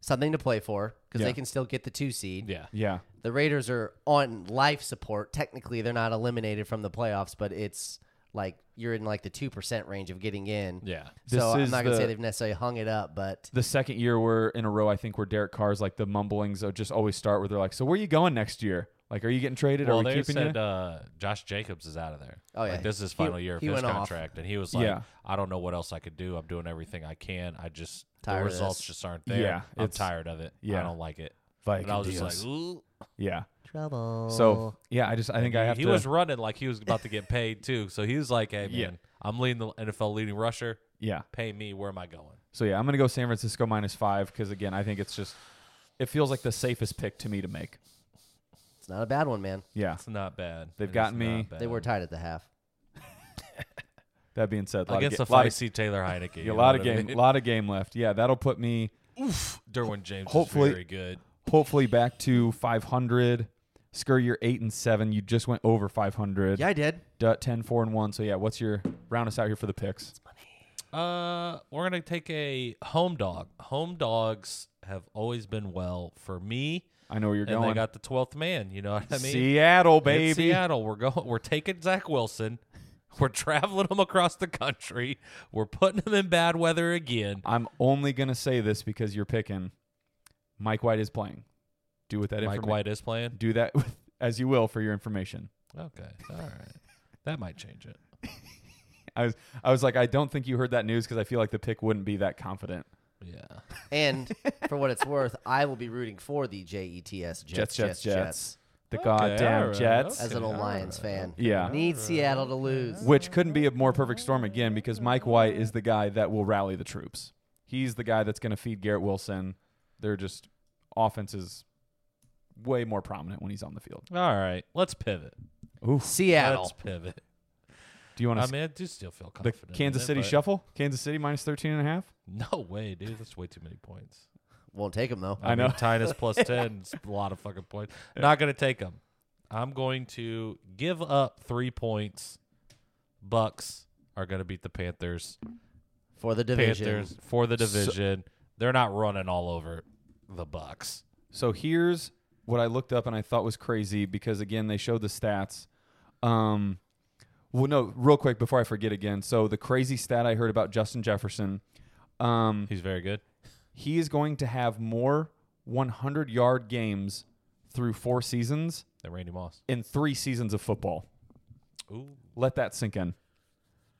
S1: something to play for because
S2: Yeah.
S1: they can still get the two seed.
S3: Yeah.
S2: Yeah,
S1: The Raiders are on life support. Technically, they're not eliminated from the playoffs, but it's like you're in like the two percent range of getting in.
S3: Yeah.
S2: This
S1: so I'm
S2: is
S1: not gonna
S2: the-
S1: say they've necessarily hung it up, but
S2: the second year we're in a row, I think where Derek Carr's like the mumblings of just always start where they're like, "So where you going next year? Like, are you getting traded?
S3: Well,
S2: are we
S3: they
S2: keeping
S3: said
S2: you?"
S3: uh, Josh Jacobs is out of there.
S1: Oh, yeah.
S3: like, this is his
S1: He-
S3: final year of
S1: he
S3: his
S1: went off.
S3: contract, and he was like,
S2: Yeah.
S3: "I don't know what else I could do. I'm doing everything I can. I just
S1: Tired
S3: the
S1: of
S3: results
S1: this.
S3: just aren't there.
S2: Yeah,
S3: I'm
S2: it's-
S3: tired of it.
S2: yeah.
S3: I don't like it."
S2: Viking
S3: and I was
S2: deals.
S3: just like, "Ooh."
S2: yeah.
S1: trouble.
S2: So yeah, I just I think I have
S3: uh, he
S2: to.
S3: was running like he was about to get paid too. So he was like, "Hey man,
S2: Yeah.
S3: I'm leading the NFL leading rusher.
S2: yeah.
S3: Pay me. Where am I going?"
S2: So yeah, I'm gonna go San Francisco minus five because again, I think it's just it feels like the safest pick to me to make.
S1: it's not a bad one, man.
S2: Yeah.
S3: It's not bad.
S2: They've
S3: It is
S2: gotten me.
S3: not bad.
S1: They were tied at the half.
S2: That being said, lot
S3: against
S2: of
S3: the
S2: ga- lot of-
S3: feisty Taylor Heineke.
S2: yeah, a lot of game, lot of game left. Yeah, that'll put me
S3: Derwin James
S2: Hopefully-
S3: is very good.
S2: hopefully back to 500. Scur, you're eight and seven. You just went over 500.
S1: Yeah, I did.
S2: Duh, 10, 4, and one. So yeah, what's your round us out here for the picks?
S3: Uh, we're gonna take a home dog. Home dogs have always been well for me,
S2: I know where you're
S3: and
S2: going.
S3: they got the twelfth man. You know what I mean?
S2: Seattle,
S3: It's
S2: baby.
S3: Seattle. We're going. We're taking Zach Wilson. We're traveling him across the country. We're putting him in bad weather again.
S2: I'm only gonna say this because you're picking. Mike White is playing. Do with that
S3: Mike
S2: information.
S3: White is playing.
S2: Do that with, as you will for your information.
S3: Okay, all right. That might change it.
S2: I was I was like, I don't think you heard that news because I feel like the pick wouldn't be that confident.
S3: Yeah.
S1: And for what it's worth, I will be rooting for the J E T S
S2: Jets,
S1: Jets,
S2: Jets,
S1: Jets,
S2: Jets.
S1: Jets,
S2: The
S3: Okay,
S2: goddamn
S3: all right,
S2: Jets,
S1: as an old Lions fan.
S2: Yeah.
S1: Need Seattle to lose.
S2: which couldn't be a more perfect storm again because Mike White is the guy that will rally the troops. He's the guy that's going to feed Garrett Wilson. They're just offense is way more prominent when he's on the field.
S3: All right. Let's pivot.
S2: Oof.
S1: Seattle.
S3: Let's pivot.
S2: Do you want
S3: I
S2: to
S3: mean, I do still feel
S2: the
S3: confident. in
S2: Kansas
S3: it,
S2: City
S3: but-
S2: shuffle? Kansas City minus 13 and a half?
S3: No way, dude. That's way too many points.
S1: Won't take them though.
S2: I know.
S3: Mean, Titus plus 10 is a lot of fucking points. Not going to take them. I'm going to give up three points. Bucks are going to beat the Panthers.
S1: For the division.
S3: Panthers for the division. They're not running all over the Bucks.
S2: So here's what I looked up and I thought was crazy because again they showed the stats. Um, well, no, real quick before I forget again. So the crazy stat I heard about Justin Jefferson, um,
S3: He's very good.
S2: he is going to have more 100 yard games through four seasons
S3: Than Randy Moss.
S2: in three seasons of football.
S3: Ooh.
S2: Let that sink in.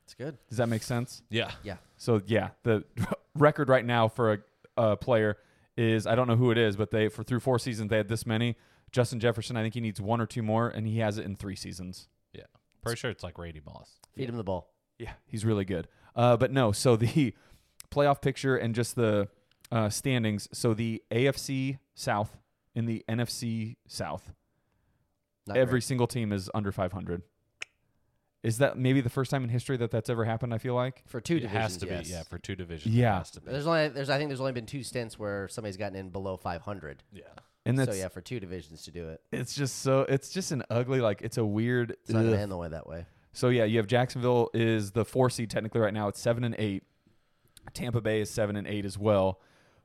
S1: It's good.
S2: Does that make sense?
S3: Yeah.
S1: Yeah.
S2: So yeah, the record right now for a, a player is I don't know who it is, but they for through four seasons they had this many. Justin Jefferson, I think he needs one or two more, and he has it in three seasons.
S3: Yeah. Pretty sure it's like Randy Moss.
S1: Feed him the ball.
S2: Yeah, he's really good. Uh, but no, so the playoff picture and just the uh, standings. So the AFC South and the NFC South,
S1: Not
S2: every
S1: great.
S2: single team is under 500. Is that maybe the first time in history that that's ever happened? I feel like.
S1: for two
S3: it
S1: divisions.
S3: has to
S1: yes.
S3: be yeah for two divisions.
S2: Yeah.
S3: it has to be.
S1: There's only there's I think there's only been two stints where somebody's gotten in below 500.
S3: yeah.
S2: And
S1: So
S2: that's
S1: yeah, for two divisions to do it,
S2: it's just so it's just an ugly like it's a weird.
S1: it's not
S2: ugh.
S1: gonna end the way that way.
S2: So yeah, you have Jacksonville is the four seed technically right now. It's seven and eight. Tampa Bay is seven and eight as well.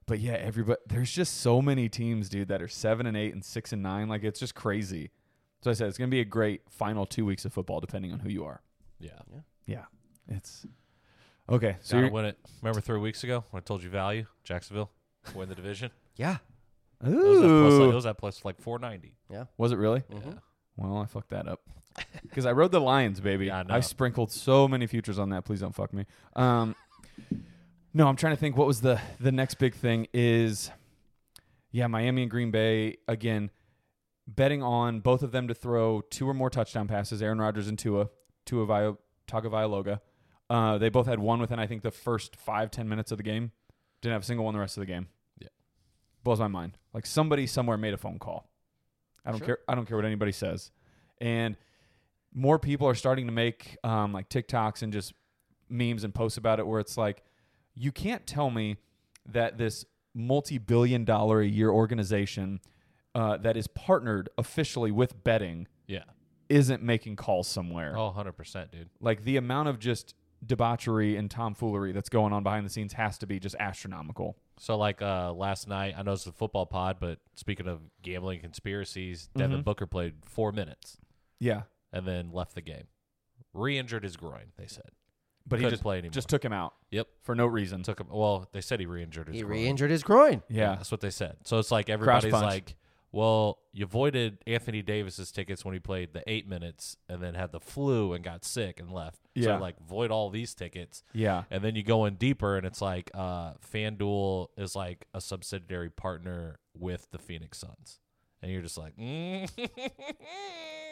S2: But yeah, everybody there's just so many teams, dude, that are seven and eight and six and nine. Like it's just crazy. So I said it's gonna be a great final two weeks of football, depending on who you are.
S3: Yeah.
S2: Yeah, it's okay. So
S3: So
S2: you're,
S3: Gotta win it. Remember three weeks ago when I told you value Jacksonville win the division.
S1: Yeah,
S3: It was, at plus,
S2: Ooh.
S3: it was at plus like four ninety.
S2: was it really?
S1: Mhm.
S2: Well, I fucked that up because I rode the Lions, baby.
S3: Yeah, I know.
S2: I sprinkled so many futures on that. Please don't fuck me. Um, no, I'm trying to think. What was the the next big thing? Is yeah, Miami and Green Bay again. Betting on both of them to throw two or more touchdown passes. Aaron Rodgers and Tua, Tua Vio, Tagovailoa. Uh, they both had one within I think the first five ten minutes of the game. Didn't have a single one the rest of the game.
S3: Yeah.
S2: blows my mind. Like somebody somewhere made a phone call. I don't
S1: Sure.
S2: care. I don't care what anybody says. And more people are starting to make um, like TikToks and just memes and posts about it where it's like, you can't tell me that this multi-billion-dollar a year organization uh, that is partnered officially with betting
S3: Yeah.
S2: isn't making calls somewhere.
S3: Oh, 100 percent, dude.
S2: Like the amount of just debauchery and tomfoolery that's going on behind the scenes has to be just astronomical.
S3: So like uh, last night, I know it's a football pod, but speaking of gambling conspiracies,
S2: Mm-hmm.
S3: Devin Booker played four minutes
S2: Yeah,
S3: and then left the game. Re-injured his groin. They said.
S2: but he
S3: Couldn't
S2: just
S3: play anymore.
S2: just took him out
S3: Yep.
S2: for no reason.
S3: Took him. Well, they said he re-injured his
S1: he
S3: groin.
S1: re-injured his groin.
S2: yeah,
S3: That's what they said. So it's like everybody's
S2: punch.
S3: like, well, you avoided Anthony Davis's tickets when he played the eight minutes and then had the flu and got sick and left.
S2: Yeah.
S3: So like void all these tickets.
S2: yeah.
S3: And then you go in deeper and it's like uh FanDuel is like a subsidiary partner with the Phoenix Suns. And you're just like, mm.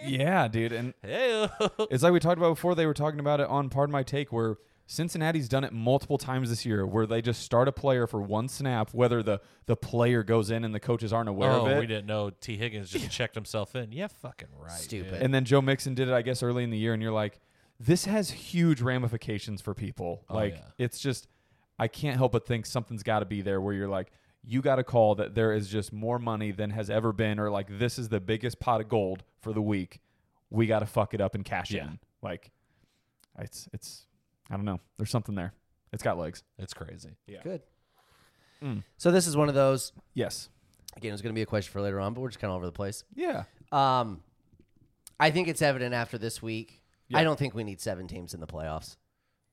S2: Yeah, dude. And
S3: hey.
S2: it's like we talked about before, they were talking about it on Pardon My Take, where Cincinnati's done it multiple times this year, where they just start a player for one snap, whether the, the player goes in and the coaches aren't aware
S3: Oh,
S2: of
S3: we
S2: it.
S3: didn't know T. Higgins just checked himself in. Yeah, fucking right. dude.
S1: Stupid.
S2: And then Joe Mixon did it, I guess, early in the year, and you're like, this has huge ramifications for people. like,
S3: Oh, yeah.
S2: it's just, I can't help but think something's got to be there where you're like, you got to call that there is just more money than has ever been, or like, this is the biggest pot of gold for the week. We got to fuck it up and cash
S3: Yeah.
S2: in. Like, it's, it's, I don't know. There's something there. It's got legs.
S3: It's crazy. Yeah. Hmm.
S1: Good.
S2: Mm.
S1: So this is one of those.
S2: Yes.
S1: Again, it's going to be a question for later on, but we're just kind of over the place.
S2: Yeah.
S1: Um, I think it's evident after this week.
S2: Yeah.
S1: I don't think we need seven teams in the playoffs.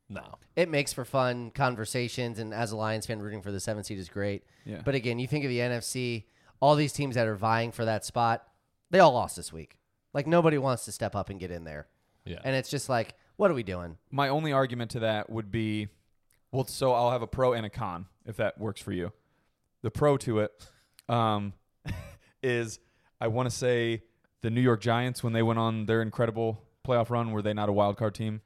S3: No.
S1: It makes for fun conversations, and as a Lions fan, rooting for the seven seed is great.
S2: Yeah.
S1: But again, you think of the NFC, all these teams that are vying for that spot, they all lost this week. Like nobody wants to step up and get in there,
S3: Yeah.
S1: and it's just like, what are we doing?
S2: my only argument to that would be well so i'll have a pro and a con if that works for you the pro to it um, is i want to say the new york giants when they went on their incredible playoff run were they not a wild card team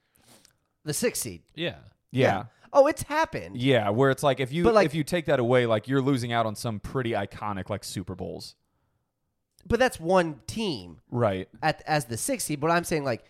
S1: The six seed.
S3: yeah.
S2: yeah
S1: Oh, it's happened.
S2: yeah, where it's like if you
S1: But, like-
S2: if you take that away like you're losing out on some pretty iconic like super bowls
S1: But that's one team.
S2: right
S1: at as the six seed, but I'm saying like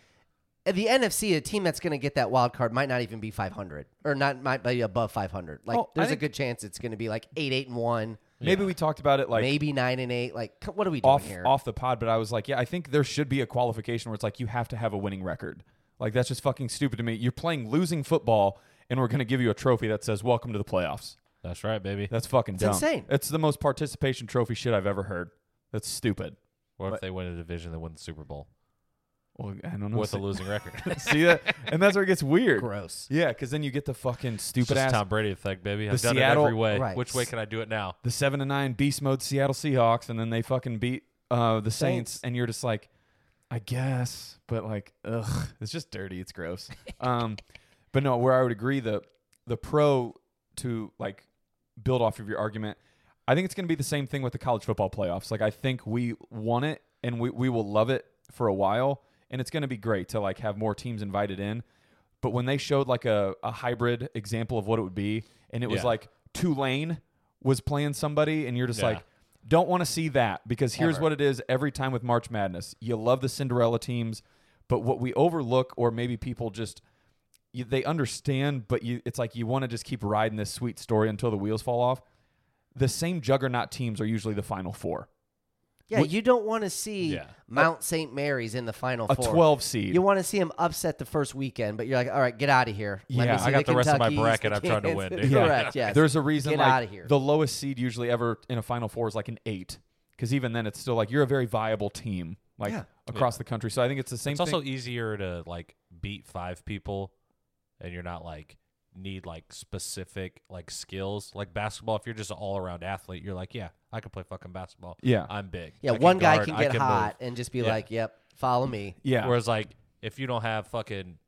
S1: at the NFC, a team that's going to get that wild card might not even be 500 or not might be above 500. Like
S2: Oh, I
S1: there's
S2: think-
S1: a good chance it's going to be like eight, eight and one,
S2: maybe we talked about it like
S1: maybe nine and eight. Like c- what are we doing
S2: off
S1: here?
S2: off the pod, but I was like, yeah, I think there should be a qualification where it's like you have to have a winning record. Like that's just fucking stupid to me. You're playing losing football, and we're gonna give you a trophy that says "Welcome to the playoffs."
S3: That's right, baby.
S2: That's fucking dumb.
S1: insane.
S2: It's the most participation trophy shit I've ever heard. That's stupid.
S3: What
S2: But-
S3: if they win a division that win the Super Bowl
S2: Well, I don't know.
S3: with a
S2: see,
S3: losing record?
S2: see that, and that's where it gets weird.
S1: Gross.
S2: Yeah, because then you get the fucking
S3: It's
S2: stupid
S3: just
S2: ass
S3: Tom Brady effect, baby. I've
S2: The
S3: done
S2: Seattle-
S3: it every way.
S1: Right.
S3: Which way can I do it now?
S2: the seven and nine beast mode Seattle Seahawks, and then they fucking beat uh, the Saints,
S1: Saints.
S2: and you're just like, I guess, but like, ugh, it's just dirty, it's gross. um, but no, where I would agree the the pro to like build off of your argument, I think it's going to be the same thing with the college football playoffs. Like, I think we want it, and we we will love it for a while, and it's going to be great to like have more teams invited in. But when they showed like a, a hybrid example of what it would be, and it was
S3: Yeah.
S2: like like Tulane was playing somebody, and you're just
S3: Yeah.
S2: like, don't want to see that because here's
S1: Ever.
S2: what it is every time with March Madness. You love the Cinderella teams, But what we overlook, or maybe people just you, they understand, but you it's like you want to just keep riding this sweet story until the wheels fall off. The same juggernaut teams are usually the final four.
S1: Yeah, you don't want to see
S3: Yeah.
S1: Mount St. Mary's in the final
S2: A
S1: four.
S2: twelve seed.
S1: You want to see them upset the first weekend, but you're like, all right, get out of here. Let
S2: Yeah,
S1: me see
S2: I
S3: got the rest of my
S1: Kentuckys,
S3: bracket
S1: the
S3: I'm trying to
S1: Kansas-
S3: win, dude.
S2: Yeah.
S1: Correct. Yes.
S2: There's a reason
S1: Get
S2: like
S1: outta here.
S2: the lowest seed usually ever in a final four is like an eight. Because even then it's still like you're a very viable team like
S1: Yeah.
S2: across the country. So I think it's the same
S3: It's
S2: thing.
S3: also easier to like beat five people, and you're not like need like specific like skills like basketball. If you're just an all around athlete, you're like, yeah, I can play fucking basketball.
S2: Yeah.
S3: I'm big.
S1: yeah.
S3: I
S1: One guy
S3: guard,
S1: can
S3: I
S1: get
S3: move."
S1: hot and just be
S3: Yeah.
S1: like, yep, follow me.
S2: yeah.
S3: Whereas like if you don't have fucking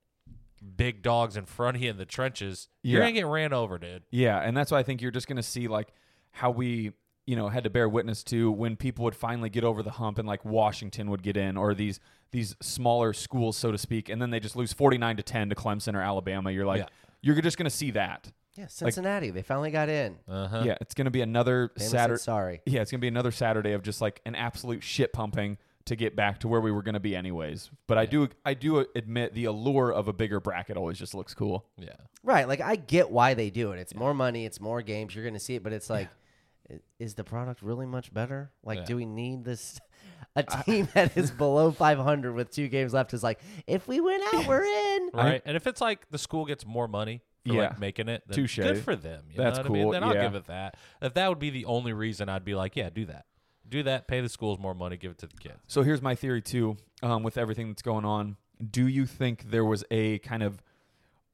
S3: big dogs in front of you in the trenches, you're
S2: Yeah.
S3: gonna get ran over, dude.
S2: Yeah, and that's why I think you're just going to see like how we, you know, had to bear witness to when people would finally get over the hump and like Washington would get in or these these smaller schools so to speak and then they just lose 49 to 10 to Clemson or Alabama. You're like
S3: Yeah.
S2: you're just going to see that.
S1: Yeah, Cincinnati. they finally got in.
S3: Uh huh.
S2: Yeah, it's going to be another
S1: Bama said
S2: Saturday
S1: sorry.
S2: Yeah, it's going to be another Saturday of just like an absolute shit pumping to get back to where we were going to be anyways. But I do I do admit the allure of a bigger bracket always just looks cool.
S3: Yeah.
S1: Right. Like I get why they do it. It's more money. It's more games. You're going to see it, but it's like, i- is the product really much better? Like,
S3: Yeah.
S1: do we need this? A team that is below 500 with two games left is like, if we win out, we're in.
S3: Right. and if it's like the school gets more money for
S2: Yeah.
S3: like making it, then
S2: Touche.
S3: good for them. You
S2: That's
S3: know what I mean?
S2: cool,
S3: Then
S2: yeah.
S3: I'll give it that. If that would be the only reason, I'd be like, yeah, do that. Do that. Pay the schools more money. Give it to the kids.
S2: So here's my theory too, um, with everything that's going on. Do you think there was a kind of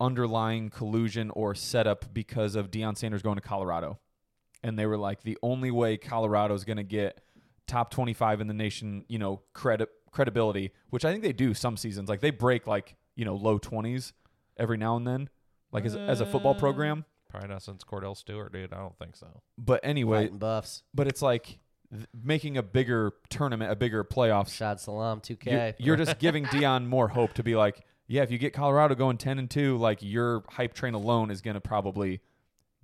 S2: underlying collusion or setup because of Deion Sanders going to Colorado? And they were like, the only way Colorado's going to get top 25 in the nation, you know, credit credibility, which I think they do some seasons. Like they break like, you know, low 20s every now and then, like as, as a football
S3: Uh,
S2: program.
S3: Probably not since Cordell Stewart, dude. I don't think so.
S2: But anyway,
S1: Fighting buffs.
S2: but it's like th- making a bigger tournament, a bigger playoffs
S1: Shad Salam, 2K.
S2: you're, you're just giving Dion more hope to be like, yeah, if you get Colorado going ten and two, like your hype train alone is going to probably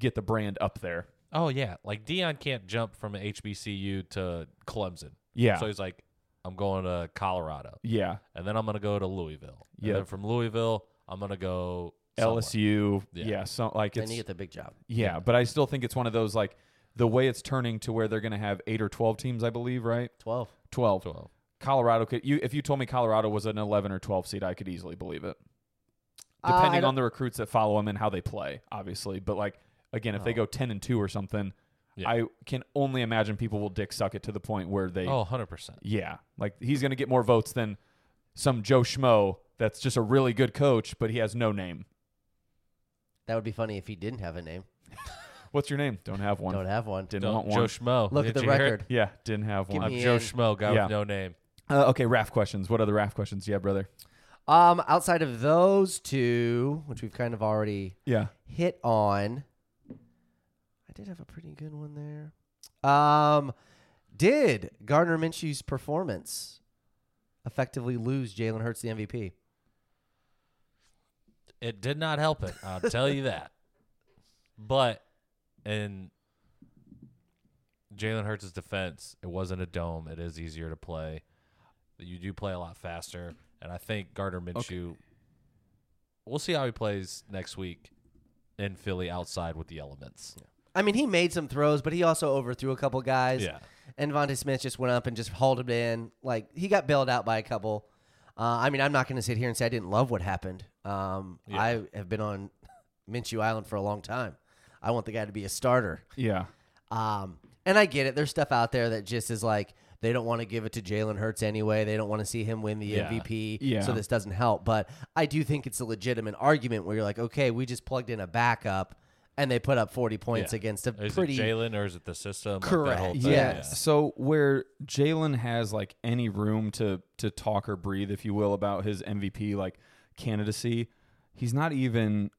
S2: get the brand up there.
S3: Oh yeah, like Dion can't jump from HBCU to Clemson.
S2: Yeah,
S3: So he's like, I'm going to Colorado,
S2: yeah,
S3: and then I'm gonna go to Louisville.
S2: Yeah.
S3: Yeah. Then from Louisville, I'm gonna go somewhere.
S2: LSU, yeah,
S3: Yeah.
S2: so like
S1: then
S2: it's
S1: you get the big job.
S2: yeah, but I still think it's one of those like the way it's turning to where they're going to have eight or twelve teams, I believe, right?
S1: 12.
S2: Twelve.
S3: Twelve.
S2: Colorado could you if you told me Colorado was an eleven or twelve seed, I could easily believe it.
S1: Uh, I
S2: Depending
S1: don't-
S2: on the recruits that follow them and how they play, obviously. But like again, if they
S1: Oh.
S2: go ten and two or something,
S3: Yeah.
S2: I can only imagine people will dick suck it to the point where they
S3: Oh, 100 percent.
S2: Yeah. Like he's gonna get more votes than some Joe Schmo that's just a really good coach, but he has no name.
S1: That would be funny if he didn't have a name.
S2: What's your name? Don't have one.
S1: Don't have one.
S2: didn't
S3: Joe
S2: want one.
S3: Schmo.
S1: Look at
S3: Did
S1: the
S3: you hear it?
S1: record.
S2: yeah, didn't have
S1: Give
S2: one.
S1: me-
S3: I'm Joe
S1: And-
S3: Schmo, guy
S2: Yeah.
S3: with no name.
S2: Uh, okay, Raph questions. What other Raph questions do you have, brother?
S1: Um, outside of those two, which we've kind of already
S2: Yeah.
S1: hit on, I did have a pretty good one there. Um, did Gardner Minshew's performance effectively lose Jalen Hurts the MVP?
S3: It did not help it. I'll tell you that. But in Jalen Hurts' defense, it wasn't a dome. It is easier to play. You do play a lot faster, and I think Gardner Minshew. We'll see how he plays next week in Philly outside with the elements.
S1: I mean, he made some throws, but he also overthrew a couple guys.
S3: Yeah.
S1: And Vontae Smith just went up and just hauled him in. Like he got bailed out by a couple. Uh, I mean, I'm not going to sit here and say I didn't love what happened. Um,
S3: Yeah.
S1: I have been on Minshew Island for a long time. I want the guy to be a starter.
S2: Yeah.
S1: Um, and I get it. There's stuff out there that just is like they don't want to give it to Jalen Hurts anyway. They don't want to see him win the
S3: Yeah.
S1: MVP.
S2: Yeah.
S1: So this doesn't help. But I do think it's a legitimate argument where you're like, okay, we just plugged in a backup and they put up 40 points
S3: Yeah.
S1: against a
S3: Is
S1: pretty
S3: it Jalen or is it the system? Like, that
S1: Correct.
S3: whole thing,
S2: Yeah.
S1: Yes.
S2: So where Jalen has like any room to to talk or breathe, if you will, about his MVP like candidacy, he's not even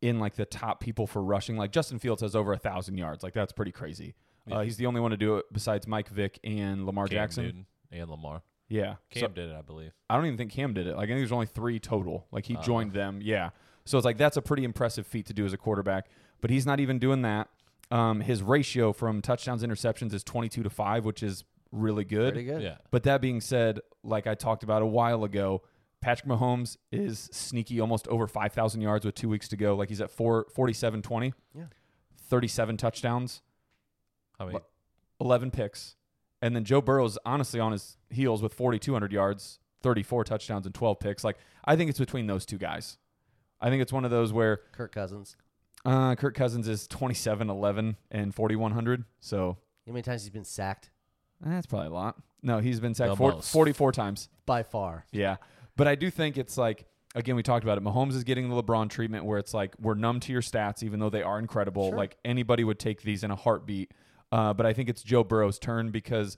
S2: in like the top people for rushing. Like Justin Fields has over a thousand yards. Like that's pretty crazy. Uh, he's the only one to do it besides Mike Vick and Lamar
S3: Cam
S2: Jackson.
S3: Newton and Lamar.
S2: Yeah.
S3: Cam
S2: So-
S3: did it, I believe.
S2: I don't even think Cam did it. Like I think there's only three total. Like
S1: Uh-huh.
S2: he joined them. Yeah. So it's like that's a pretty impressive feat to do as a quarterback. But he's not even doing that. Um, his ratio from touchdowns to interceptions is 22 to five, which is really good.
S1: pretty good.
S3: Yeah.
S2: But that being said, like I talked about a while ago, Patrick Mahomes is sneaky, almost over 5,000 yards with two weeks to go. Like he's at four, 47 20,
S1: Yeah.
S2: 37 touchdowns,
S3: I mean,
S2: What? 11 picks. And then Joe Burrow's honestly on his heels with 4,200 yards, 34 touchdowns, and 12 picks. Like I think it's between those two guys. I think it's one of those where
S1: Kirk Cousins.
S2: uh, Kirk Cousins is 27 11 and 4,100. So eh,
S1: You know how many times he's been sacked?
S2: that's probably a lot. No, he's been sacked four,
S3: most.
S2: 44 times.
S1: By far.
S2: Yeah. But I do think it's like again we talked about it. Mahomes is getting the LeBron treatment where it's like we're numb to your stats even though they are incredible. Like anybody would take these in a heartbeat. Uh, but I think it's Joe Burrow's turn because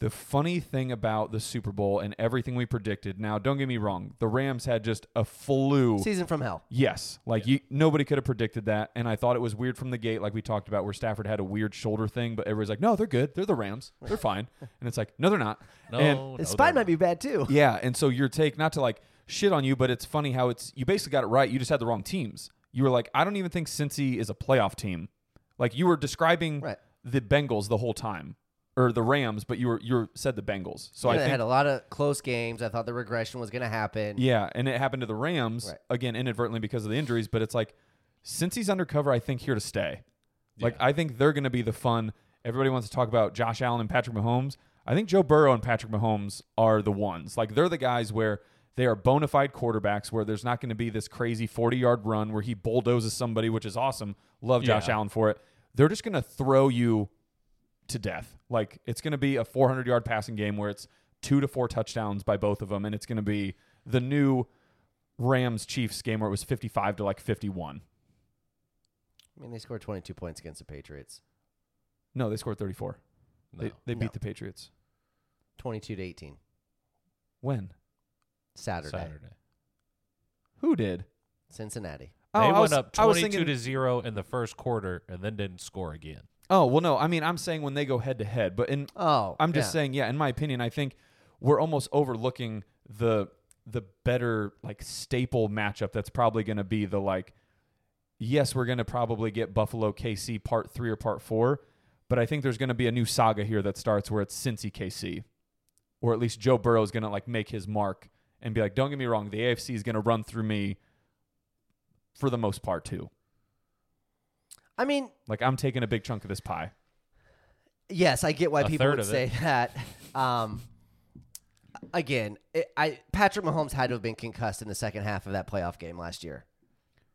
S2: the funny thing about the Super Bowl and everything we predicted. Now, don't get me wrong, the Rams had just a flu.
S1: Season from hell.
S2: Yes, like you, nobody could have predicted that, and I thought it was weird from the gate, like we talked about, where Stafford had a weird shoulder thing, but everybody's like, "No, they're good. They're the Rams. They're fine." And it's like, "No, they're not."
S3: no,
S2: And-
S3: no,
S1: His spine
S3: they're
S1: might be bad too.
S2: yeah, and so your take, not to like shit on you, but it's funny how it's you basically got it right. You just had the wrong teams. You were like, I don't even think Cincy is a playoff team. Like you were describing
S1: Right.
S2: the Bengals the whole time, or the Rams, but you were you were, said the Bengals. So
S1: I
S2: I think
S1: had a lot of close games. I thought the regression was going to happen.
S2: yeah, and it happened to the Rams
S1: Right.
S2: again inadvertently because of the injuries. But it's like since he's undercover, I think here to stay. Like I think they're going to be the fun. Everybody wants to talk about Josh Allen and Patrick Mahomes. I think Joe Burrow and Patrick Mahomes are the ones. Like they're the guys where they are bona fide quarterbacks where there's not going to be this crazy 40 yard run where he bulldozes somebody, which is awesome. Love Josh
S3: Yeah.
S2: Allen for it. They're just going to throw you to death. Like it's going to be a 400 yard passing game where it's two to four touchdowns by both of them, and it's going to be the new Rams Chiefs game where it was 55 to like 51.
S1: I mean, they scored 22 points against the Patriots,
S2: No, they scored 34.
S3: No.
S2: They, they beat
S1: No.
S2: the Patriots.
S1: 22 to 18.
S2: When?
S1: Saturday,
S3: Saturday.
S2: Who did?
S1: Cincinnati.
S2: Oh,
S3: they
S2: I
S3: went
S2: was-
S3: up
S2: I was
S3: 22
S2: thinking-
S3: to 0 in the first quarter and then didn't score again.
S2: Oh well, no. I mean, I'm saying when they go head to head, but in
S1: Oh,
S2: I'm just
S1: yeah.
S2: saying, yeah. In my opinion, I think we're almost overlooking the the better like staple matchup that's probably going to be the like. Yes, we're going to probably get Buffalo KC part three or part four, but I think there's going to be a new saga here that starts where it's Cincy KC, or at least Joe Burrow is going to like make his mark and be like, don't get me wrong, the AFC is going to run through me for the most part too.
S1: I mean,
S2: Like I'm taking a big chunk of this pie.
S1: yes, I get why
S3: A
S1: people
S3: third
S1: would
S3: of it.
S1: say that. Um, again, it, I Patrick Mahomes had to have been concussed in the second half of that playoff game last year.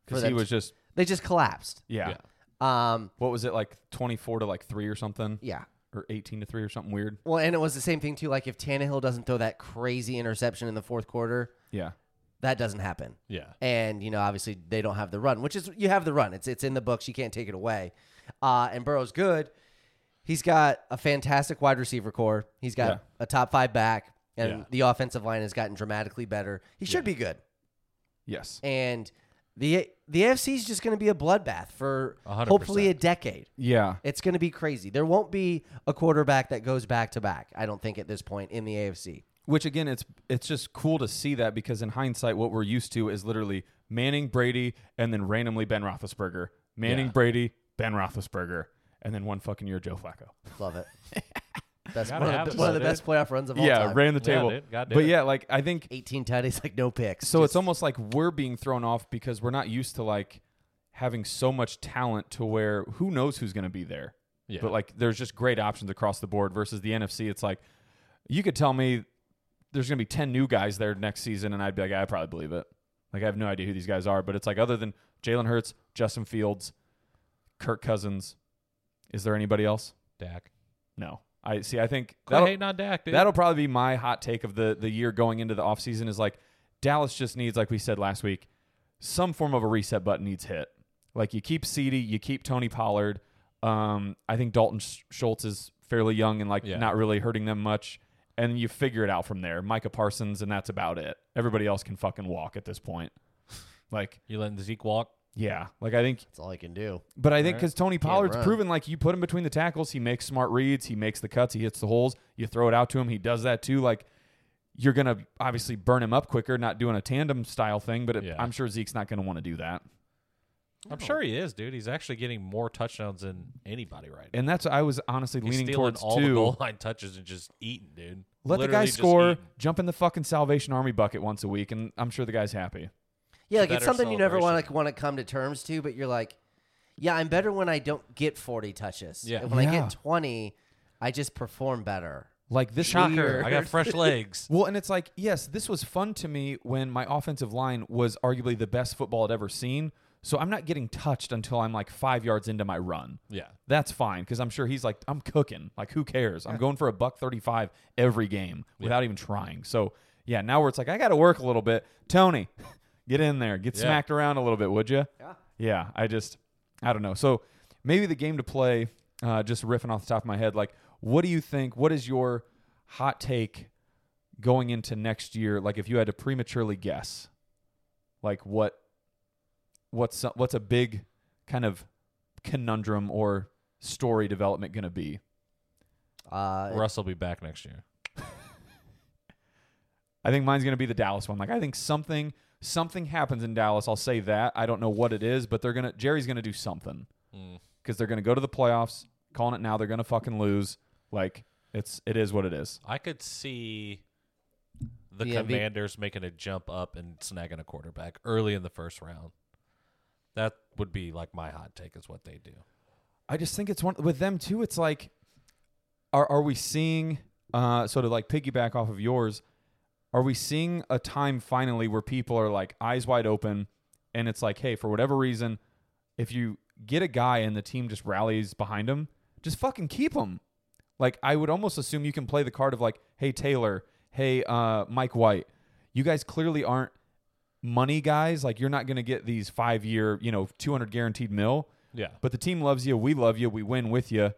S2: Because
S1: For
S2: he
S1: that-
S2: was just
S1: They just collapsed.
S2: yeah.
S3: Yeah.
S1: Um,
S2: What was it like twenty four to like three or something?
S1: yeah.
S2: Or eighteen to three or something weird.
S1: Well, and it was the same thing too. Like if Tannehill doesn't throw that crazy interception in the fourth quarter,
S2: Yeah.
S1: that doesn't happen.
S3: Yeah.
S1: and you know obviously they don't have the run, which is you have the run. It's it's in the books. You can't take it away. Uh, and Burrow's good. He's got a fantastic wide receiver core. He's got
S2: Yeah.
S1: a top five back, and
S3: Yeah.
S1: the offensive line has gotten dramatically better. He should be good.
S2: Yes.
S1: And the the AFC is just going to be a bloodbath for
S3: 100%.
S1: hopefully a decade.
S2: Yeah.
S1: It's going to be crazy. There won't be a quarterback that goes back to back. I don't think at this point in the AFC.
S2: Which again, it's it's just cool to see that because in hindsight, what we're used to is literally Manning, Brady, and then randomly Ben Roethlisberger. Manning,
S3: Yeah.
S2: Brady, Ben Roethlisberger, and then one fucking year Joe Flacco.
S1: Love it. That's
S3: Gotta
S1: one of
S3: have
S1: the,
S3: it,
S1: one of the
S3: dude.
S1: best playoff runs of all
S2: yeah,
S1: time.
S2: ran the table.
S3: dude. God
S2: but
S3: damn it.
S2: yeah, like I think
S1: 18 tutties, like no picks.
S2: So
S1: Just-
S2: it's almost like we're being thrown off because we're not used to like having so much talent to where who knows who's going to be there.
S3: Yeah.
S2: But like there's just great options across the board versus the NFC it's like you could tell me there's going to be 10 new guys there next season and I'd be like I probably believe it. Like I have no idea who these guys are, but it's like other than Jalen Hurts, Justin Fields, Kirk Cousins, is there anybody else?
S3: Dak.
S2: No. I see I think
S3: Quit
S2: that'll-
S3: hating on Dak, dude.
S2: That'll probably be my hot take of the the year going into the offseason is like Dallas just needs, like we said last week, some form of a reset button needs hit. Like you keep Ceedee, you keep Tony Pollard. Um, I think Dalton Sch- Schultz is fairly young and like
S3: Yeah.
S2: not really hurting them much. And you figure it out from there. Micah Parsons, and that's about it. Everybody else can fucking walk at this point. Like,
S3: you letting Zeke walk?
S2: yeah. Like I think
S1: That's all I can do.
S2: but I think
S3: Right.
S2: because Tony Pollard's
S1: run.
S2: proven like you put him between the tackles, he makes smart reads, he makes the cuts, he hits the holes. You throw it out to him, he does that too. Like you're gonna obviously burn him up quicker, not doing a tandem style thing. But it,
S3: Yeah.
S2: I'm sure Zeke's not gonna want to do that. Oh.
S3: I'm sure he is, dude. He's actually getting more touchdowns than anybody right now.
S2: And that's what I was honestly
S3: He's
S2: leaning
S3: stealing
S2: towards
S3: all the
S2: too.
S3: goal line touches and just eating, dude.
S2: Let the
S3: Literally
S2: guy
S3: just
S2: score,
S3: eat.
S2: jump in the fucking Salvation Army bucket once a week, and I'm sure the guy's happy.
S1: Yeah, like it's
S3: better
S1: something you never
S3: celebration.
S1: want to want to come to terms to, but you're like, yeah, I'm better when I don't get 40 touches.
S3: Yeah.
S1: And when I
S2: Yeah.
S1: get 20, I just perform better.
S2: Like this
S3: Shocker.
S2: year-
S3: I got fresh legs.
S2: Well, and it's like, yes, this was fun to me when my offensive line was arguably the best football I'd ever seen. So I'm not getting touched until I'm like five yards into my run.
S3: Yeah.
S2: That's fine because I'm sure he's like, I'm cooking. Like, who cares? I'm going for a buck 35 every game without even trying. So, yeah, now where it's like, I got to work a little bit. Tony, get in there. Get
S3: Yeah.
S2: smacked around a little bit, would you?
S1: Yeah.
S2: Yeah, I just, I don't know. So maybe the game to play, uh, just riffing off the top of my head, like, what do you think? What is your hot take going into next year? Like, if you had to prematurely guess, like what, what's what's a big kind of conundrum or story development going to be?
S1: Uh,
S3: Russ will be back next year.
S2: I think mine's going to be the Dallas one. Like, I think something something happens in Dallas. I'll say that. I don't know what it is, but they're gonna Jerry's going to do something.
S3: Mm.
S2: because they're going to go to the playoffs. Calling it now, they're going to fucking lose. Like it's it is what it is.
S3: I could see the
S1: The MV
S3: Commanders making a jump up and snagging a quarterback early in the first round. That would be like my hot take is what they do.
S2: I just think it's one with them too. It's like, are are we seeing uh, sort of like piggyback off of yours? Are we seeing a time finally where people are like eyes wide open, and it's like, hey, for whatever reason, if you get a guy and the team just rallies behind him, just fucking keep him. Like I would almost assume you can play the card of like, hey Taylor, hey uh, Mike White, you guys clearly aren't money guys. Like you're not gonna get these five year, you know, two hundred guaranteed mil.
S3: Yeah.
S2: But the team loves you. We love you. We win with you.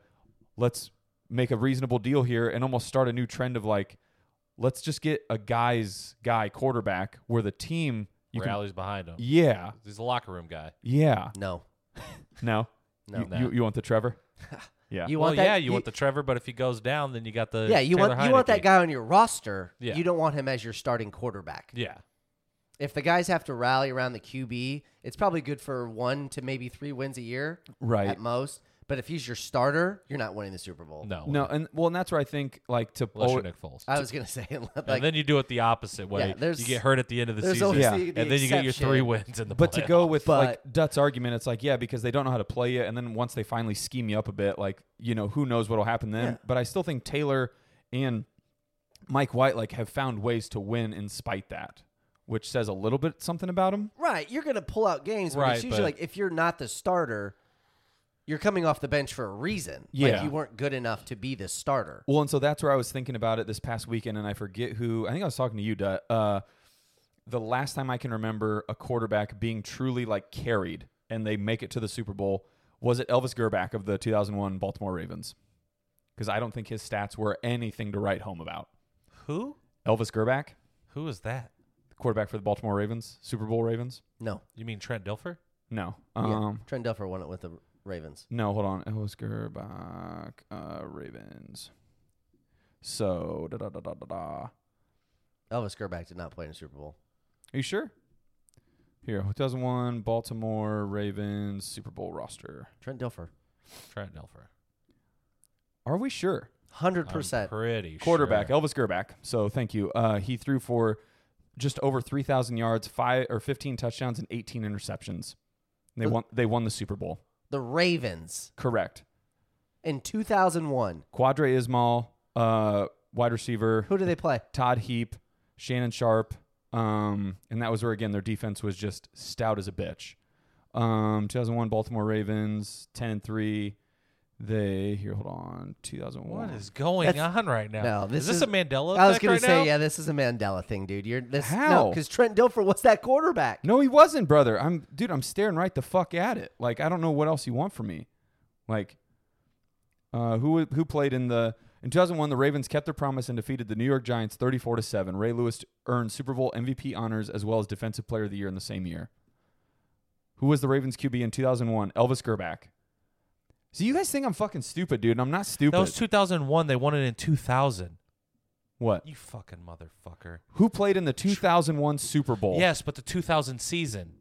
S2: Let's make a reasonable deal here and almost start a new trend of like, let's just get a guy's guy quarterback where the team you can,
S3: Rallies behind him.
S2: yeah,
S3: He's a locker room guy.
S2: yeah.
S1: no.
S2: No,
S1: No.
S2: you,
S3: No.
S2: you, you want the Trevor? Yeah,
S1: You
S3: well,
S1: want that?
S3: yeah, you, want the Trevor, but if he goes down, then you got the
S1: yeah, you
S3: Taylor
S1: want you want that
S3: Heineke.
S1: guy on your roster.
S3: Yeah.
S1: You don't want him as your starting quarterback.
S3: Yeah,
S1: If the guys have to rally around the QB, it's probably good for one to maybe three wins a year
S2: right.
S1: at most. But if he's your starter, you're not winning the Super Bowl.
S3: no,
S2: no, and well, and that's where I think like to
S3: unless
S2: oh,
S3: you're Nick Foles.
S1: I was gonna say like
S3: and then you do it the opposite way.
S1: Yeah, there's-
S3: you get hurt at the end of the
S1: there's
S3: season,
S1: always
S2: Yeah.
S1: the, the
S2: And
S3: and then you get your
S1: exception.
S3: three wins in the
S2: But to
S3: playoff.
S2: go with
S1: But-
S2: like Dutt's argument, it's like, yeah, because they don't know how to play you. And then once they finally scheme you up a bit, like, you know, who knows what'll happen then.
S1: Yeah.
S2: But I still think Taylor and Mike White like have found ways to win in spite that, which says a little bit something about him.
S1: Right, you're going to pull out games, but
S3: Right,
S1: it's usually
S3: but-
S1: like if you're not the starter, you're coming off the bench for a reason.
S2: Yeah.
S1: like you weren't good enough to be the starter.
S2: Well, and so that's where I was thinking about it this past weekend, and I forget who. I think I was talking to you, Dutt. Uh, the last time I can remember a quarterback being truly like carried and they make it to the Super Bowl was it Elvis Gerback of the 2001 Baltimore Ravens? Because I don't think his stats were anything to write home about.
S3: who?
S2: Elvis Gerback,
S3: Who is that?
S2: the quarterback for the Baltimore Ravens, Super Bowl Ravens.
S1: No,
S3: You mean Trent Dilfer?
S2: No,
S1: Yeah,
S2: um,
S1: Trent Duffer won it with the Ravens.
S2: no, hold on, Elvis Gerback, uh, Ravens. So da da da da da da.
S1: Elvis Gerback did not play in the Super Bowl.
S2: Are you sure? Here, 2001 Baltimore Ravens Super Bowl roster.
S1: Trent Dilfer,
S3: Trent Dilfer.
S2: Are we sure?
S1: hundred
S3: I'm
S1: percent.
S3: Pretty
S2: Quarterback
S3: Sure.
S2: Elvis Gerback. So thank you. Uh, he threw for just over 3,000 yards, five or 15 touchdowns, and 18 interceptions. They
S1: Uh,
S2: won. They won the Super Bowl.
S1: The Ravens
S2: Correct.
S1: in two thousand one.
S2: Quadre Ismail, uh, wide receiver.
S1: Who do they play?
S2: Todd Heap, Shannon Sharp, um, and that was where again their defense was just stout as a bitch. Um, 2001 Baltimore Ravens, 10 and three. They here, hold on, 2001.
S3: What is going
S1: That's-
S3: on right now?
S1: No, this
S3: is this
S1: is-
S3: a Mandela?
S1: I was
S3: effect
S1: gonna
S3: right
S1: say,
S3: now?
S1: yeah, this is a Mandela thing, dude. You're this
S2: How?
S1: because Trent Dilfer was that quarterback.
S2: No, he wasn't, brother. I'm dude. I'm staring right the fuck at it. Like I don't know what else you want from me. Like, uh, who who played in the in 2001? The Ravens kept their promise and defeated the New York Giants 34 to seven. Ray Lewis earned Super Bowl MVP honors as well as Defensive Player of the Year in the same year. Who was the Ravens QB in 2001? Elvis Gerback. See, you guys think I'm fucking stupid, dude, and I'm not stupid.
S3: That was 2001. They won it in 2000.
S2: what?
S3: You fucking motherfucker.
S2: Who played in the 2001 Super Bowl?
S3: Yes, but the 2000 season.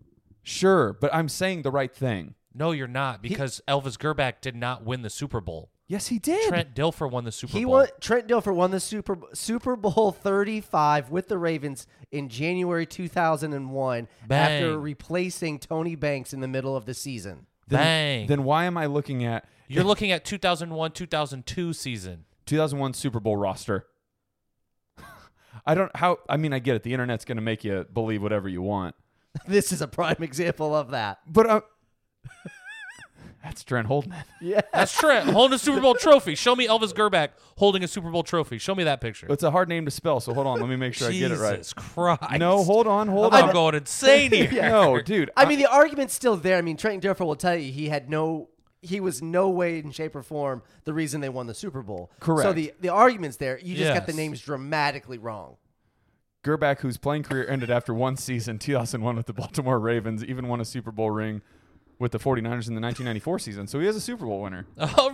S2: Sure, but I'm saying the right thing.
S3: No, you're not because Elvis Gerback did not win the Super Bowl.
S2: Yes, he did.
S3: Trent Dilfer won the Super
S1: He
S3: Bowl.
S1: won. Trent Dilfer won the Super Super Bowl 35 with the Ravens in January 2001 after
S3: Bang.
S1: replacing Tony Banks in the middle of the season.
S2: Then,
S3: Bang.
S2: Then why am I looking at
S3: You're looking at 2001 2002 season.
S2: 2001 Super Bowl roster? I don't how I mean I get it. The internet's going to make you believe whatever you want.
S1: This is a prime example of that.
S2: But uh, That's Trent holding it.
S3: That's Trent holding a Super Bowl trophy. Show me Elvis Gerback holding a Super Bowl trophy. Show me that picture.
S2: It's a hard name to spell, so hold on, let me make sure I get it right.
S3: Jesus Christ.
S2: No, hold on, hold
S3: I'm
S2: on.
S3: going insane here.
S2: No, dude.
S1: I mean, the argument's still there. I mean, Trent Dilfer will tell you he had no, he was no way in shape or form the reason they won the Super Bowl. So
S2: Correct.
S1: the the argument's there. You just got the
S3: Yes.
S1: names dramatically wrong.
S2: Gerback, whose playing career ended after one season, 2001 with the Baltimore Ravens, even won a Super Bowl ring with the 49ers in the 1994 season. So he is a Super Bowl winner.
S3: All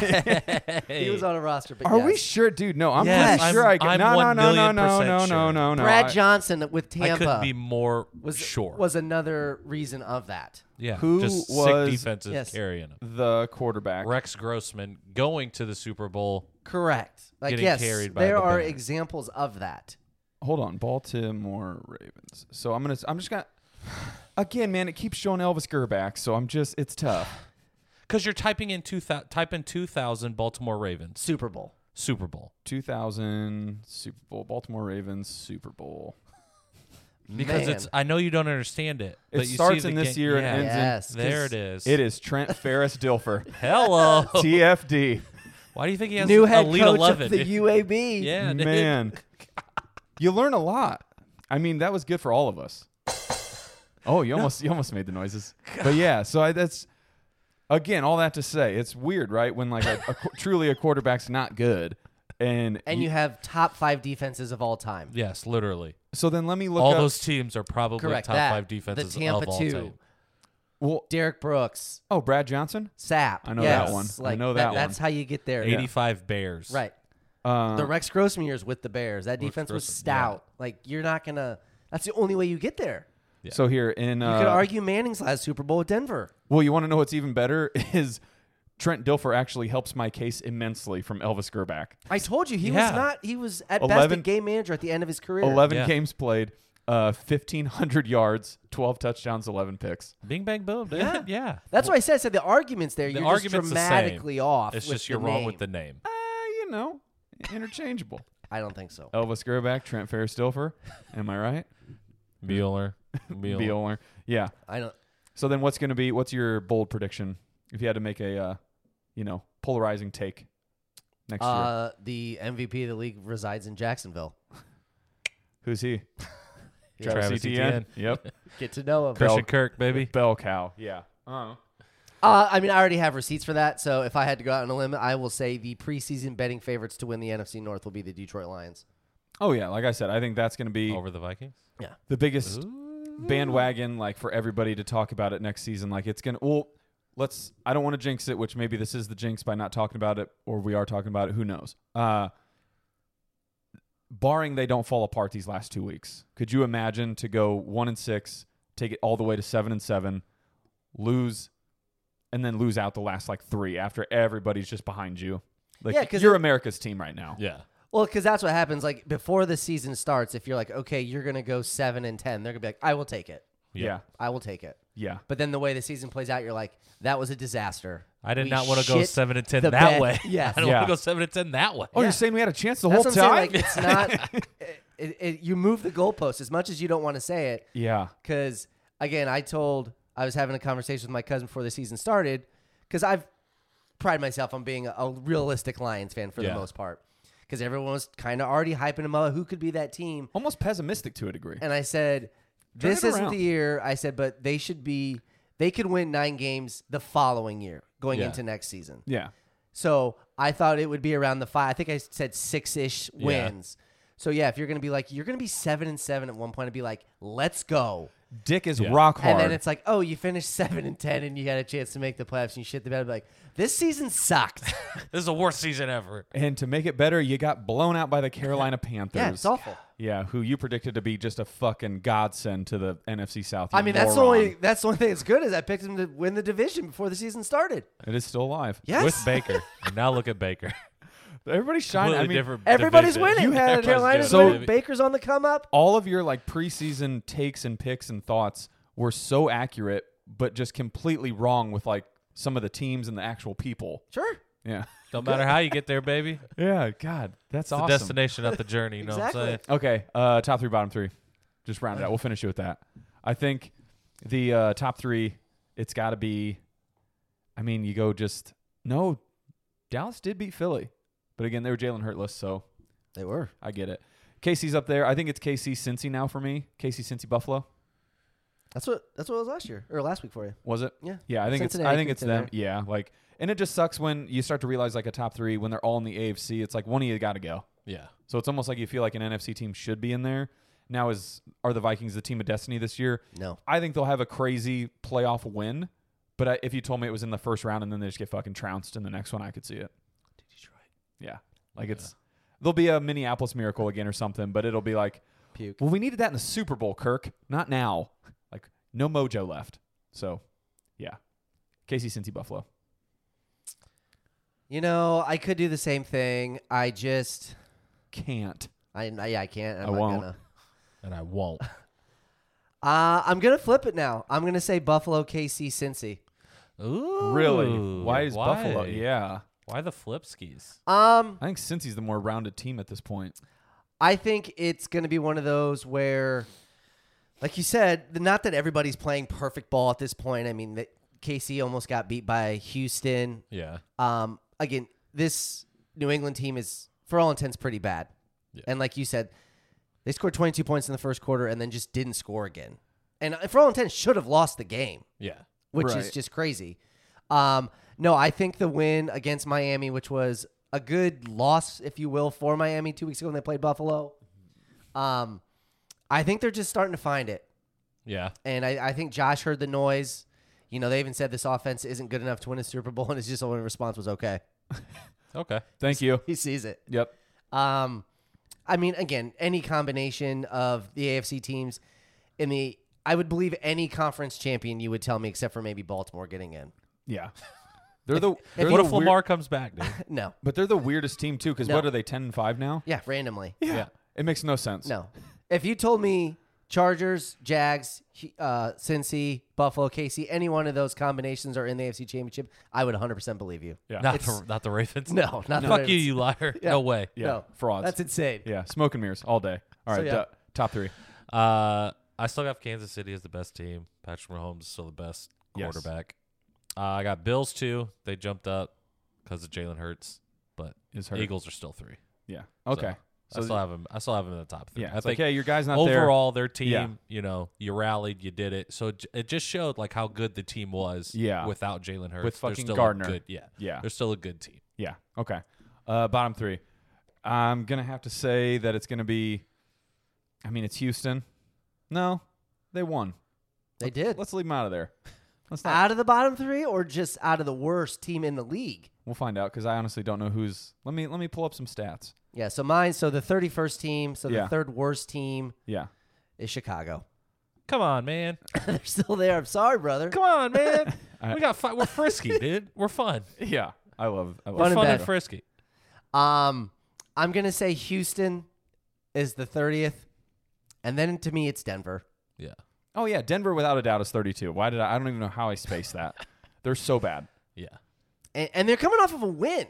S3: right.
S1: He was on a roster. But
S2: Are we
S1: yes.
S2: sure, dude? No, I'm
S3: Yes.
S2: pretty sure I
S3: I'm-
S2: can. No, no,
S3: I'm
S2: no, no,
S3: 1
S2: no,
S3: million
S2: no,
S3: percent
S2: no,
S3: sure.
S2: no, no.
S1: Brad
S2: I-
S1: Johnson with
S3: I
S1: Tampa
S3: couldn't be more
S1: was
S3: sure.
S1: was another reason of that.
S3: yeah,
S2: who
S3: just
S2: was-
S3: sick defenses
S1: Yes.
S3: carrying him.
S2: the quarterback.
S3: Rex Grossman going to the Super Bowl.
S1: Correct. Like
S3: Getting
S1: yes,
S3: carried by
S1: there
S3: the
S1: are
S3: banner.
S1: examples of that.
S2: Hold on, Baltimore Ravens. So I'm gonna. I'm just gonna. Again, man, it keeps showing Elvis Gerback, so I'm just. It's tough.
S3: Because you're typing in two thou- type in 2000 Baltimore Ravens
S1: Super Bowl.
S3: Super Bowl
S2: 2000 Super Bowl, Baltimore Ravens Super Bowl.
S3: because
S1: Man.
S3: it's I know you don't understand it.
S2: It
S3: but you see
S2: starts
S3: the
S2: in this
S3: ga-
S2: year and
S3: yeah.
S2: ends in-
S1: Yes, 'cause
S3: There it is.
S2: It is Trent Ferris Dilfer,
S3: Hello.
S2: TFD.
S3: Why do you think he has
S1: New head
S3: Elite
S1: coach
S3: 11?
S1: of the E. UAB.
S3: yeah, dude.
S2: Man, you learn a lot. I mean, that was good for all of us. Oh, you almost you almost made the noises. But yeah, so I, that's again all that to say. It's weird, right? When like a, a qu- truly a quarterback's not good, and,
S1: And you have top five defenses of all time.
S3: Yes, literally.
S2: so then let me look
S3: All
S2: up-
S3: those teams are probably
S1: Correct.
S3: top
S1: that.
S3: five defenses
S1: The Tampa
S3: of all
S1: two.
S3: time.
S2: well,
S1: Derek Brooks.
S2: oh Brad Johnson.
S1: Sap.
S2: I know
S1: yes.
S2: that one. I
S1: Like,
S2: know that one.
S1: That's how you get there.
S3: 85 Bears.
S1: Right.
S2: Uh,
S1: The Rex Grossman years with the Bears. That defense was
S3: Um, Grossman,
S1: stout. Like you're not gonna. That's the only way you get there.
S2: So here in
S1: You
S2: uh,
S1: could argue Manning's last Super Bowl with Denver.
S2: Well, you want to know what's even better is Trent Dilfer actually helps my case immensely from Elvis Gerback.
S1: I told you he
S3: Yeah.
S1: was not. He was at best a
S2: 11
S1: game manager at the end of his career.
S2: Eleven
S3: Yeah.
S2: games played, uh, fifteen hundred yards, twelve touchdowns, eleven picks.
S3: Bing, bang, boom. dude. Yeah. yeah.
S1: That's why I said I said the arguments there.
S3: The
S1: you're
S3: argument's
S1: just
S3: the same.
S1: dramatically off.
S3: It's
S1: with
S3: just you're
S1: the
S3: wrong
S1: name.
S3: with the name.
S2: Uh, you know, interchangeable.
S1: I don't think
S3: Oh,
S1: so.
S2: Elvis Gerback, Trent Ferris Dilfer. Am I right?
S3: Mueller. Mueller.
S2: Bueller. Yeah.
S1: I don't.
S2: So then, what's going to be? What's your bold prediction if you had to make a, uh, you know, polarizing take next year?
S1: Uh, the MVP of the league resides in Jacksonville.
S2: Who's he?
S3: Travis Etienne.
S2: Yep.
S1: Get to know him.
S3: Christian Kirk, baby.
S2: Bell cow. Yeah. Uh-huh.
S1: Uh, I mean, I already have receipts for that. So if I had to go out on a limb, I will say the preseason betting favorites to win the NFC North will be the Detroit Lions.
S2: Oh yeah, like I said, I think that's going to be
S3: Over the Vikings.
S2: the biggest bandwagon like for everybody to talk about it next season like it's gonna well let's i don't want to jinx it which maybe this is the jinx by not talking about it or we are talking about it who knows uh barring they don't fall apart these last two weeks could you imagine to go one and six take it all the way to seven and seven lose and then lose out the last like three after everybody's just behind you like
S1: Yeah, 'cause
S2: you're
S1: it-
S2: america's team right now
S3: Yeah.
S1: Well, because that's what happens. Like before the season starts, if you're like, okay, you're gonna go seven and ten, they're gonna be like, I will take it.
S2: yeah
S1: I will take it.
S2: yeah
S1: But then the way the season plays out, you're like, that was a disaster.
S3: I did
S1: We
S3: not want to go
S1: shit
S3: seven and ten
S1: the
S3: that
S1: bed.
S3: way.
S1: Yes.
S3: I don't
S2: Yeah.
S3: want to go seven and ten that way.
S2: oh you're saying we had a chance the
S1: That's
S2: whole
S1: what I'm saying.
S2: time
S1: Like, it's not. it, it, you move the goalpost as much as you don't want to say it,
S2: yeah
S1: because again, I told I was having a conversation with my cousin before the season started, because I've pride myself on being a, a realistic Lions fan for the
S2: Yeah.
S1: most part, because everyone was kind of already hyping them up. Who could be that team?
S2: almost pessimistic to a degree
S1: and I said,
S2: Turn
S1: "This
S2: it
S1: isn't
S2: around.
S1: the year." I said, "But they should be. They could win nine games the following year, going
S3: Yeah.
S1: into next season."
S2: Yeah.
S1: So I thought it would be around the five. I think I said six ish wins. So yeah, if you're gonna be like, you're gonna be seven and seven at one point, and be like, "Let's go."
S2: dick is
S3: Yeah.
S2: rock hard.
S1: And then it's like, oh, you finished seven and ten, and you had a chance to make the playoffs, and you shit the bed. Like this season sucked.
S3: This is the worst season ever.
S2: And to make it better, you got blown out by the Carolina Panthers.
S1: yeah, it's awful.
S2: Yeah, who you predicted to be just a fucking godsend to the NFC South. you
S1: I mean, that's the
S2: moron.
S1: only that's the only thing that's good is I picked them to win the division before the season started.
S2: It is still alive.
S1: Yes,
S3: With Baker. And now look at Baker.
S2: everybody's shining.
S3: Completely
S2: I mean,
S3: different
S1: everybody's
S3: division.
S1: winning.
S2: You had-
S1: Everybody's Carolina's
S2: doing it.
S1: winning. Baker's on the come up.
S2: all of your like preseason takes and picks and thoughts were so accurate, but just completely wrong with like some of the teams and the actual people.
S1: Sure,
S2: Yeah.
S3: Don't matter how you get there, baby. It's
S2: Yeah. God, that's
S3: the destination, not the journey. You know what I'm saying?
S1: Exactly.
S2: Okay, uh, top three, bottom three. Just round it out. We'll finish you with that. I think the uh, top three. It's got to be. I mean, you go just no. Dallas did beat Philly, but again, they were Jalen Hurtless, so
S1: they were.
S2: I get it. Casey's up there. I think it's KC Cincy now for me. KC Cincy Buffalo
S1: That's what that's what it was last year or last week for you.
S2: was it?
S1: Yeah.
S2: Yeah, I think it's
S1: Cincinnati
S2: I think it's
S1: fits in
S2: them. Yeah, like and it just sucks when you start to realize like a top three when they're all in the AFC. It's like one of you got to go.
S3: Yeah.
S2: So it's almost like you feel like an NFC team should be in there. Now is are the Vikings the team of destiny this year?
S1: No,
S2: I think they'll have a crazy playoff win, but I, if you told me it was in the first round and then they just get fucking trounced in the next one, I could see it. Yeah, like it's there'll be a Minneapolis miracle again or something, but it'll be like,
S1: puke.
S2: well, we needed that in the Super Bowl, Kirk, not now. Like no mojo left. So, yeah, Casey Cincy Buffalo.
S1: You know, I could do the same thing. I just,
S2: Can't.
S1: I, I yeah, I can't. I'm
S2: I
S1: not
S2: won't.
S1: Gonna.
S3: And I won't.
S1: Uh, I'm gonna flip it now. I'm gonna say Buffalo, KC, Cincy.
S3: Ooh.
S2: Really? Why is Buffalo? Yeah.
S3: Why the flip skis?
S1: Um,
S2: I think Cincy's the more rounded team at this point.
S1: I think it's going to be one of those where, like you said, not that everybody's playing perfect ball at this point. I mean, that KC almost got beat by Houston.
S3: Yeah.
S1: Um, again, this New England team is, for all intents, pretty bad.
S3: Yeah.
S1: And like you said, they scored 22 points in the first quarter and then just didn't score again. And uh, for all intents, should have lost the game
S3: Yeah.
S1: which is
S2: Right.
S1: just crazy. Um, no, I think the win against Miami, which was a good loss, if you will, for Miami two weeks ago when they played Buffalo, um, I think they're just starting to find it.
S3: Yeah.
S1: And I, I think Josh heard the noise. You know, they even said this offense isn't good enough to win a Super Bowl, and his just only response was okay.
S3: Okay.
S2: Thank you.
S1: He sees it.
S2: Yep.
S1: Um, I mean, again, any combination of the AFC teams in the, I would believe any conference champion you would tell me, except for maybe Baltimore getting in.
S2: Yeah. They're the they're
S3: What
S2: the
S3: if
S2: weird-
S3: Lamar comes back, dude?
S1: No,
S2: But they're the weirdest team too, because
S1: No.
S2: what are they ten and five now?
S1: yeah, randomly.
S3: Yeah.
S2: It makes no sense.
S1: No. If you told me Chargers, Jags, Hu- uh, Cincy, Buffalo, KC, any one of those combinations are in the AFC Championship, I would 100% believe you.
S2: Yeah.
S3: Not,
S1: It's-
S3: the, not the Ravens.
S1: No, not the
S3: Fuck
S1: Ravens.
S3: you, you liar. No way.
S2: yeah.
S1: No.
S2: Frauds.
S1: That's insane.
S2: Yeah. Smoke and mirrors all day. All right.
S1: So, yeah.
S2: duh. top three.
S3: Uh, I still have Kansas City as the best team. Patrick Mahomes is still the best
S2: Yes.
S3: quarterback. Uh, I got Bills too. They jumped up because of Jalen Hurts, but
S2: Is hurt.
S3: Eagles are still three.
S2: Yeah. Okay. So,
S3: I still have them. I still have them in the top three.
S2: yeah.
S3: I
S2: It's like, hey, your guy's not there.
S3: overall their team.
S2: Yeah.
S3: You know, you rallied, you did it. So it, j- it just showed like how good the team was.
S2: Yeah.
S3: Without Jalen Hurts,
S2: With
S3: They're
S2: fucking
S3: still a
S2: Gardner.
S3: good- yeah.
S2: Yeah.
S3: They're still a good team.
S2: Yeah. Okay. Uh, bottom three. I'm gonna have to say that it's gonna be. I mean, it's Houston. No, they won.
S1: They did.
S2: Let's leave them out of there. Let's not.
S1: Out of the bottom three or just out of the worst team in the league?
S2: we'll find out because I honestly don't know who's. Let me let me pull up some stats.
S1: Yeah, so mine, so the 31st team, so the
S2: Yeah.
S1: third worst team
S2: Yeah.
S1: is Chicago.
S3: Come on, man.
S1: They're still there. I'm sorry, brother.
S3: Come on, man.
S2: I-
S3: we got fi- we're frisky, dude. We're fun.
S2: Yeah. I love. I
S1: Fun
S2: love
S3: We're
S1: and
S3: fun
S1: bad.
S3: and frisky.
S1: Um, I'm going to say Houston is the 30th. And then to me, it's Denver.
S3: Yeah.
S2: Oh yeah, Denver without a doubt is 32. Why did I? I don't even know how I spaced that. They're so bad.
S3: Yeah.
S1: And, and they're coming off of a win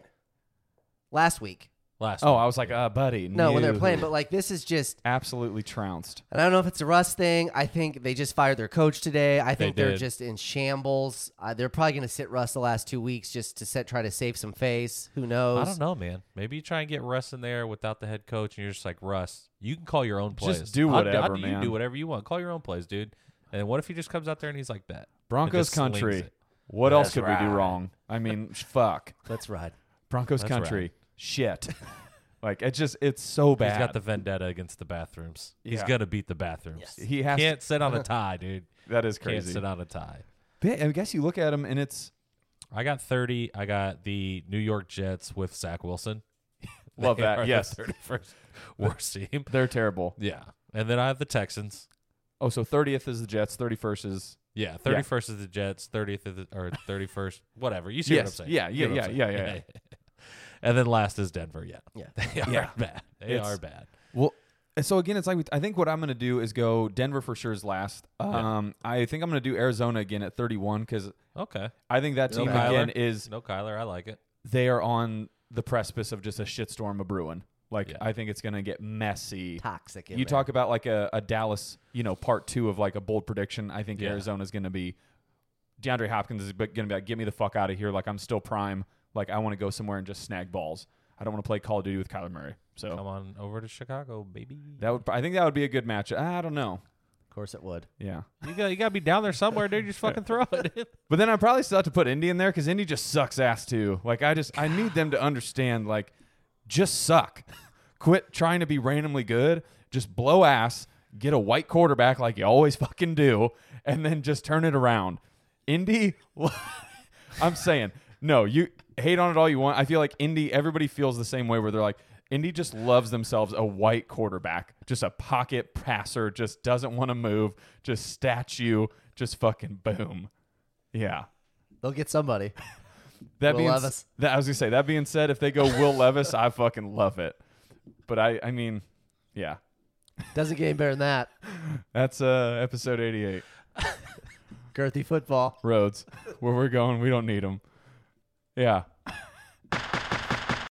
S1: last week.
S3: Last.
S2: Oh,
S3: one.
S2: I was like, uh, buddy.
S1: No, when they're
S2: no.
S1: playing, but like this is just.
S2: absolutely trounced.
S1: And I don't know if it's a Russ thing. I think they just fired their coach today. I think they are
S3: did.
S1: just in shambles. Uh, they're probably going to sit Russ the last two weeks just to set, try to save some face. Who knows?
S3: I don't know, man. Maybe you try and get Russ in there without the head coach, and you're just like Russ. You can call your own plays.
S2: do
S3: I'd- I'd-
S2: whatever,
S3: You
S2: man.
S3: do whatever you want. Call your own plays, dude. And what if he just comes out there and he's like that?
S2: Broncos
S3: just slings
S2: country.
S3: it.
S2: What else
S1: That's
S2: could we do
S1: right.
S2: wrong? I mean, sh- fuck.
S1: Let's ride.
S2: Broncos
S3: That's
S2: country.
S3: right.
S2: Shit. Like it's just it's so bad.
S3: He's got the vendetta against the bathrooms. He's
S2: Yeah.
S3: gonna beat the bathrooms.
S1: Yes.
S2: he has to-
S3: Can't sit on a tie, dude.
S2: that is
S3: Can't
S2: crazy.
S3: sit on a tie.
S2: But I guess you look at him and it's
S3: I got 30. I got the New York Jets with Zach Wilson.
S2: Love
S3: They
S2: that,
S3: are the
S2: yes.
S3: 31st worst team.
S2: they're terrible.
S3: Yeah. And then I have the Texans.
S2: Oh, so 30th is the Jets, 31st is
S3: Yeah, 31st is the Jets, 30th is the, or 31st, whatever. You see what I'm
S2: Yes.
S3: saying?
S2: Yeah,
S3: You know
S2: yeah,
S3: what I'm
S2: yeah,
S3: saying.
S2: yeah, yeah,
S3: and then last is Denver. Yeah.
S1: Yeah.
S3: They are
S2: Yeah.
S3: bad. They
S2: It's-
S3: are bad.
S2: Well, and so again, it's like I think what I'm going to do is go Denver for sure is last.
S3: Yeah.
S2: Um, I think I'm going to do Arizona again at 31 because
S3: Okay.
S2: I think that
S3: No
S2: team
S3: Kyler.
S2: again is
S3: No Kyler. I like it.
S2: they are on the precipice of just a shitstorm of brewing. Like
S3: Yeah.
S2: I think it's going to get messy.
S1: Toxic. in
S2: You
S1: there.
S2: talk about like a, a Dallas, you know, part two of like a bold prediction. I think
S3: Yeah.
S2: Arizona's going to be DeAndre Hopkins is going to be like, get me the fuck out of here. Like I'm still prime. Like I want to go somewhere and just snag balls. I don't want to play Call of Duty with Kyler Murray. So
S3: Come on over to Chicago, baby.
S2: Oh. that would I think that would be a good match. I don't know.
S1: Of course, it would.
S2: Yeah.
S3: You got you got to be down there somewhere, dude. Just fucking throw it. in.
S2: But then I probably still have to put Indy in there because Indy just sucks ass too. Like I just I need them to understand like just suck. Quit trying to be randomly good. Just blow ass. Get a white quarterback like you always fucking do, and then just turn it around. Indy, I'm saying no. You hate on it all you want. I feel like Indy. Everybody feels the same way where they're like. Indy just loves themselves a white quarterback, just a pocket passer, just doesn't want to move, just statue, just fucking boom. Yeah.
S1: They'll get somebody.
S2: That
S1: Will
S2: being
S1: Levis.
S2: s- that I was gonna say. That being said, if they go Will Levis, I fucking love it. But I, I mean, yeah,
S1: Doesn't get any better than that.
S2: that's uh episode eighty eight.
S1: Girthy football.
S2: Roads, where we're going, we don't need them. Yeah,